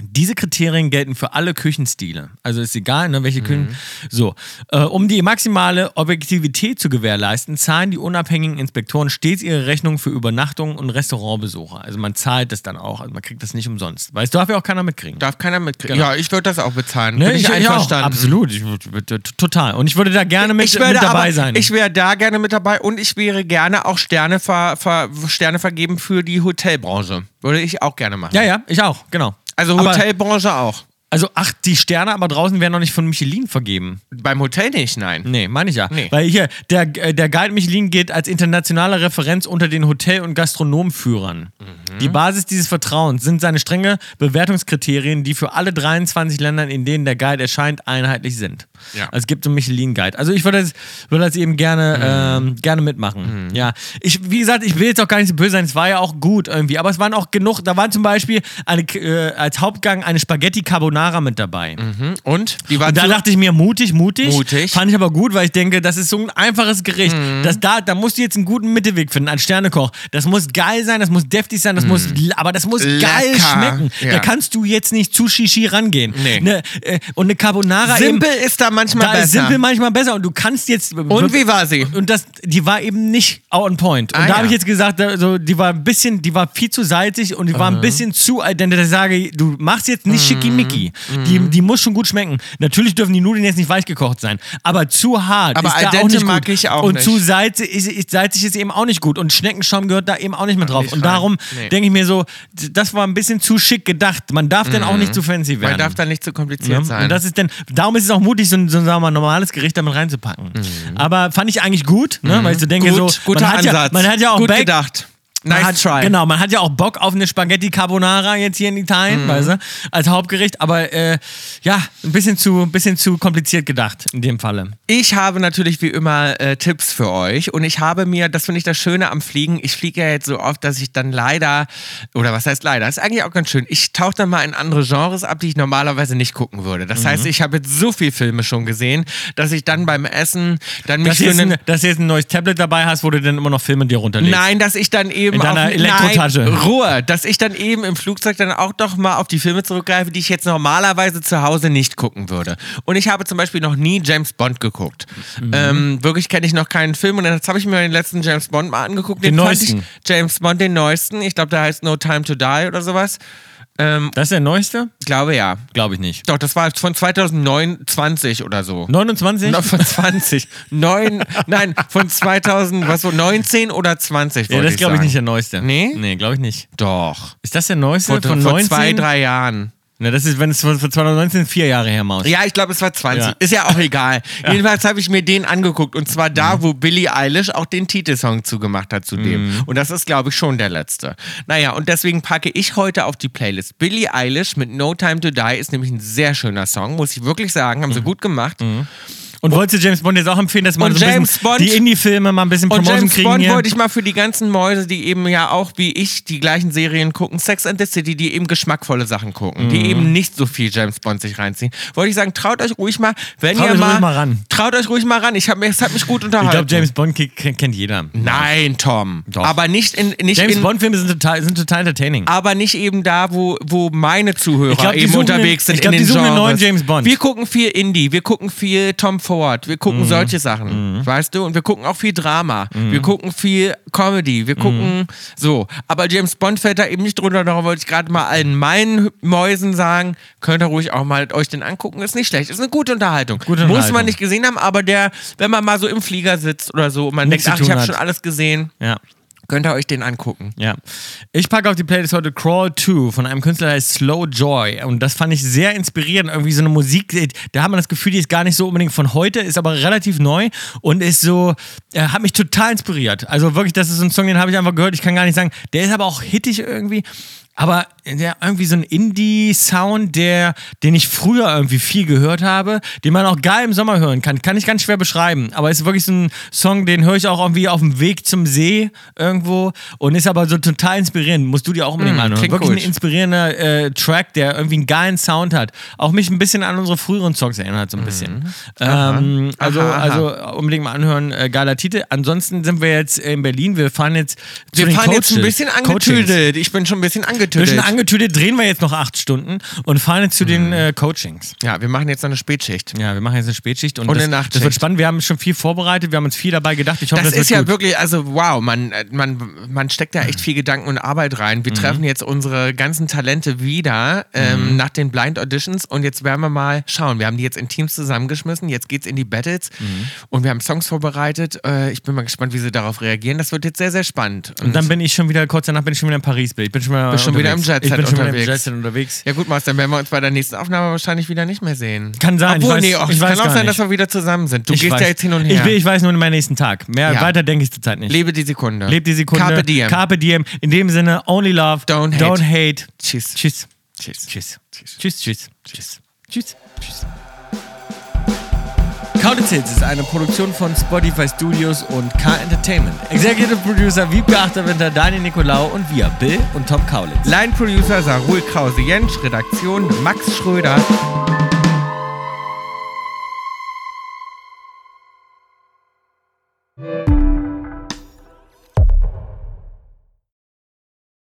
Diese Kriterien gelten für alle Küchenstile. Also ist egal, ne, welche Küchen. Mhm. So. Äh, um die maximale Objektivität zu gewährleisten, zahlen die unabhängigen Inspektoren stets ihre Rechnung für Übernachtungen und Restaurantbesuche. Also man zahlt das dann auch. Also man kriegt das nicht umsonst. Weil es darf ja auch keiner mitkriegen. Darf keiner mitkriegen. Genau. Ja, ich würde das auch bezahlen. Ne, Bin ich, ich- ich auch. einverstanden. Absolut. Ich, würd- würd- würd- total. Und ich würde da gerne mit, ich würde mit dabei aber, sein. Ich wäre da gerne mit dabei und ich wäre gerne auch Sterne, ver, ver, Sterne vergeben für die Hotelbranche. Würde ich auch gerne machen. ja, ja, ich auch, genau. Also Aber- Hotelbranche auch. Also, ach, die Sterne aber draußen werden noch nicht von Michelin vergeben. Beim Hotel nicht, nein. Nee, meine ich ja. Nee. Weil hier, der, äh, der Guide Michelin gilt als internationale Referenz unter den Hotel- und Gastronomführern. Mhm. Die Basis dieses Vertrauens sind seine strenge Bewertungskriterien, die für alle 23 Länder, in denen der Guide erscheint, einheitlich sind. Ja. Also es gibt einen Michelin-Guide. Also ich würde das, würde das eben gerne, Mhm. ähm, gerne mitmachen. Ja. Ich, wie gesagt, ich will jetzt auch gar nicht so böse sein, es war ja auch gut irgendwie, aber es waren auch genug, da waren zum Beispiel eine, äh, als Hauptgang eine Spaghetti Carbonara mit dabei. Und? Die war Und da zu- dachte ich mir, mutig, mutig. Mutig. Mhm. Fand ich aber gut, weil ich denke, das ist so ein einfaches Gericht. Das, da, da musst du jetzt einen guten Mittelweg finden als Sternekoch. Das muss geil sein, das muss deftig sein, das muss, l- aber das muss geil Mhm. Lecker. schmecken. Ja. Da kannst du jetzt nicht zu Shishi rangehen. Nee. Ne, äh, und eine Carbonara Simpel eben, ist da manchmal da besser. ist simpel manchmal besser und du kannst jetzt. Und wie war sie? Und das, die war eben nicht on point. Und Ah, da ja. habe ich jetzt gesagt, also, die war Mhm. ein bisschen, die war viel zu salzig und die war ein bisschen zu, als denn ich sage, du machst jetzt nicht schickimicki. Chili. Die, die muss schon gut schmecken. Natürlich dürfen die Nudeln jetzt nicht weich gekocht sein, aber zu hart Aber ist al da auch dente nicht gut. mag ich auch und nicht. zu salzig ist, ist, salzig ist eben auch nicht gut. Und Schneckenschaum gehört da eben auch nicht mehr drauf. Nicht und rein. darum Nee. denke ich mir so, d- das war ein bisschen zu schick gedacht. Man darf denn auch nicht zu fancy werden. Mhm. Man darf da nicht zu kompliziert Ja, sein. Ne? Und das ist denn, darum ist es auch mutig, so ein, so ein sagen wir mal, normales Gericht damit reinzupacken. Aber fand ich eigentlich gut, ne? weil ich so denke, so, Mhm. guter man hat Ansatz. Ja, man hat ja auch Gut Back, gedacht. man Nice hat, try. Genau, man hat ja auch Bock auf eine Spaghetti Carbonara jetzt hier in Mhm. Italien, weißt du, als Hauptgericht, aber äh, ja, ein bisschen zu, ein bisschen zu kompliziert gedacht in dem Falle. Ich habe natürlich wie immer äh, Tipps für euch und ich habe mir, das finde ich das Schöne am Fliegen, ich fliege ja jetzt so oft, dass ich dann leider, oder was heißt leider, ist eigentlich auch ganz schön, ich tauche dann mal in andere Genres ab, die ich normalerweise nicht gucken würde. Das heißt, ich habe jetzt so viele Filme schon gesehen, dass ich dann beim Essen dann mich Dass du, für jetzt ein, einen... dass du jetzt ein neues Tablet dabei hast, wo du dann immer noch Filme dir runterlegst. Nein, dass ich dann eben In deiner auf, Elektrotasche. Nein, Ruhe, dass ich dann eben im Flugzeug dann auch doch mal auf die Filme zurückgreife, die ich jetzt normalerweise zu Hause nicht gucken würde. Und ich habe zum Beispiel noch nie James Bond geguckt. Mhm. Ähm, wirklich kenne ich noch keinen Film und jetzt habe ich mir den letzten James Bond mal angeguckt. Den fand neuesten. Ich, James Bond, den neuesten. Ich glaube, der heißt No Time to Die oder sowas. Das ist der neueste? Ich glaube ja. Glaube ich nicht. Doch, das war von 2009, 20 oder so. 29? Na, von <laughs> 20. Neun, <laughs> nein, von 2000, was so, 19 oder 20 ja, wollte das ist, glaube ich, sagen. nicht der neueste. Nee? Nee, glaube ich nicht. Doch. Ist das der neueste Vor, von vor 19? zwei, drei Jahren. Na, das ist, wenn es von von 2019 vier Jahre her, Maus. Ja, ich glaube, es war 20. Ja. Ist ja auch egal. Jedenfalls habe ich mir den angeguckt. Und zwar da, wo Billie Eilish auch den Titelsong zugemacht hat zu dem. Und das ist, glaube ich, schon der letzte. Naja, und deswegen packe ich heute auf die Playlist. Billie Eilish mit No Time to Die ist nämlich ein sehr schöner Song, muss ich wirklich sagen. Haben sie gut gemacht. Und wolltest du James Bond jetzt auch empfehlen, dass man Und so ein James bisschen Bond- die Indie-Filme mal ein bisschen Und Promotion James kriegen Bond hier? wollte ich mal für die ganzen Mäuse, die eben ja auch wie ich die gleichen Serien gucken, Sex and the City, die eben geschmackvolle Sachen gucken, Mhm. die eben nicht so viel James Bond sich reinziehen, wollte ich sagen, traut euch ruhig mal, wenn Traut ihr euch mal, ruhig mal ran. traut euch ruhig mal ran. Ich habe es hat mich gut Ich unterhalten. glaube, James Bond ke- ke- kennt jeder. Nein, Tom. Doch. Aber nicht in nicht James in, Bond-Filme sind total, sind total entertaining. aber nicht eben da, wo, wo meine Zuhörer Ich glaub, die eben suchen unterwegs den- sind. ich glaub, in die den suchen den Genres. neuen James Bond. Wir gucken viel Indie, wir gucken viel Tom Ford, wir Mhm. gucken solche Sachen, weißt du? Und wir gucken auch viel Drama, wir gucken viel Comedy, Mhm. wir gucken so. Aber James Bond fällt da eben nicht drunter. Darum wollte ich gerade mal allen meinen Mäusen sagen, könnt ihr ruhig auch mal euch den angucken, ist nicht schlecht. Ist eine gute Unterhaltung. Muss Gute Unterhaltung. man nicht gesehen haben, aber der, wenn man mal so im Flieger sitzt oder so und man Nichts denkt, ach, zu ich tun habe hat. schon alles gesehen, Ja. könnt ihr euch den angucken. Ja. Ich packe auf die Playlist heute Crawl 2 von einem Künstler, der heißt Slow Joy. Und das fand ich sehr inspirierend. Irgendwie so eine Musik, da hat man das Gefühl, die ist gar nicht so unbedingt von heute, ist aber relativ neu und ist so, äh, hat mich total inspiriert. Also wirklich, das ist so ein Song, den habe ich einfach gehört. Ich kann gar nicht sagen, der ist aber auch hittig irgendwie. Aber äh, der irgendwie so ein Indie-Sound, der, den ich früher irgendwie viel gehört habe, den man auch geil im Sommer hören kann. Kann ich ganz schwer beschreiben. Aber ist wirklich so ein Song, den höre ich auch irgendwie auf dem Weg zum See irgendwo und ist aber so total inspirierend. Musst du dir auch unbedingt anhören. Mm, klingt Wirklich gut. ein inspirierender äh, Track, der irgendwie einen geilen Sound hat. Auch mich ein bisschen an unsere früheren Songs erinnert, so ein bisschen. Ähm, also, Mm. Aha, aha. also unbedingt mal anhören. Äh, geiler Titel. Ansonsten sind wir jetzt in Berlin. Wir fahren jetzt zu Wir den fahren jetzt ein Coaches. bisschen Coachings. angetüdelt. Ich bin schon ein bisschen Wir angetüdelt. sind angetütet, drehen wir jetzt noch acht Stunden und fahren jetzt zu den äh, Coachings. ja, wir machen jetzt noch eine Spätschicht. Ja, wir machen jetzt eine Spätschicht und, Und das, eine Nachtschicht. das wird spannend. Wir haben schon viel vorbereitet, wir haben uns viel dabei gedacht. Ich hoffe, Das, das, ist wird ja gut. wirklich, also wow, man, äh, man, man steckt <clears throat> da echt viel Gedanken und Arbeit rein. Wir Mhm. treffen jetzt unsere ganzen Talente wieder ähm, nach den Blind Auditions und jetzt werden wir mal schauen. Wir haben die jetzt in Teams zusammengeschmissen, jetzt geht's in die Battles Mhm. und wir haben Songs vorbereitet. Äh, ich bin mal gespannt, wie sie darauf reagieren. Das wird jetzt sehr, sehr spannend. Und dann bin ich schon wieder, kurz danach bin ich schon wieder in Paris. Ich bin schon, mal Bist schon wieder unterwegs. im Jet Set Ich bin schon wieder im unterwegs. Jet Set unterwegs. ja gut, Maus, dann werden wir uns bei der nächsten Aufnahme wahrscheinlich wieder nicht mehr sehen. Kann sein, ich Obwohl, weiß- nee, auch, ich es weiß kann auch gar sein, nicht. dass wir wieder zusammen sind. Du Ich gehst weiß. ja jetzt hin und Ich, her. will- ich weiß nur meinen nächsten Tag. Mehr Ja. weiter denke ich zurzeit nicht. Lebe die Sekunde. Lebt die Sekunde. Carpe diem. Carpe diem. In dem Sinne, only love. Don't hate. Don't hate. Tschüss. Tschüss. Tschüss. Tschüss. Tschüss. Tschüss. Tschüss. Tschüss. Tschüss. Counted Tales ist eine Produktion von Spotify Studios und K Entertainment. Executive Producer Wiebke Achterwinter, Daniel Nicolau und wir, Bill und Tom Kaulitz. Line Producer Sarul Krause-Jensch, Redaktion Max Schröder.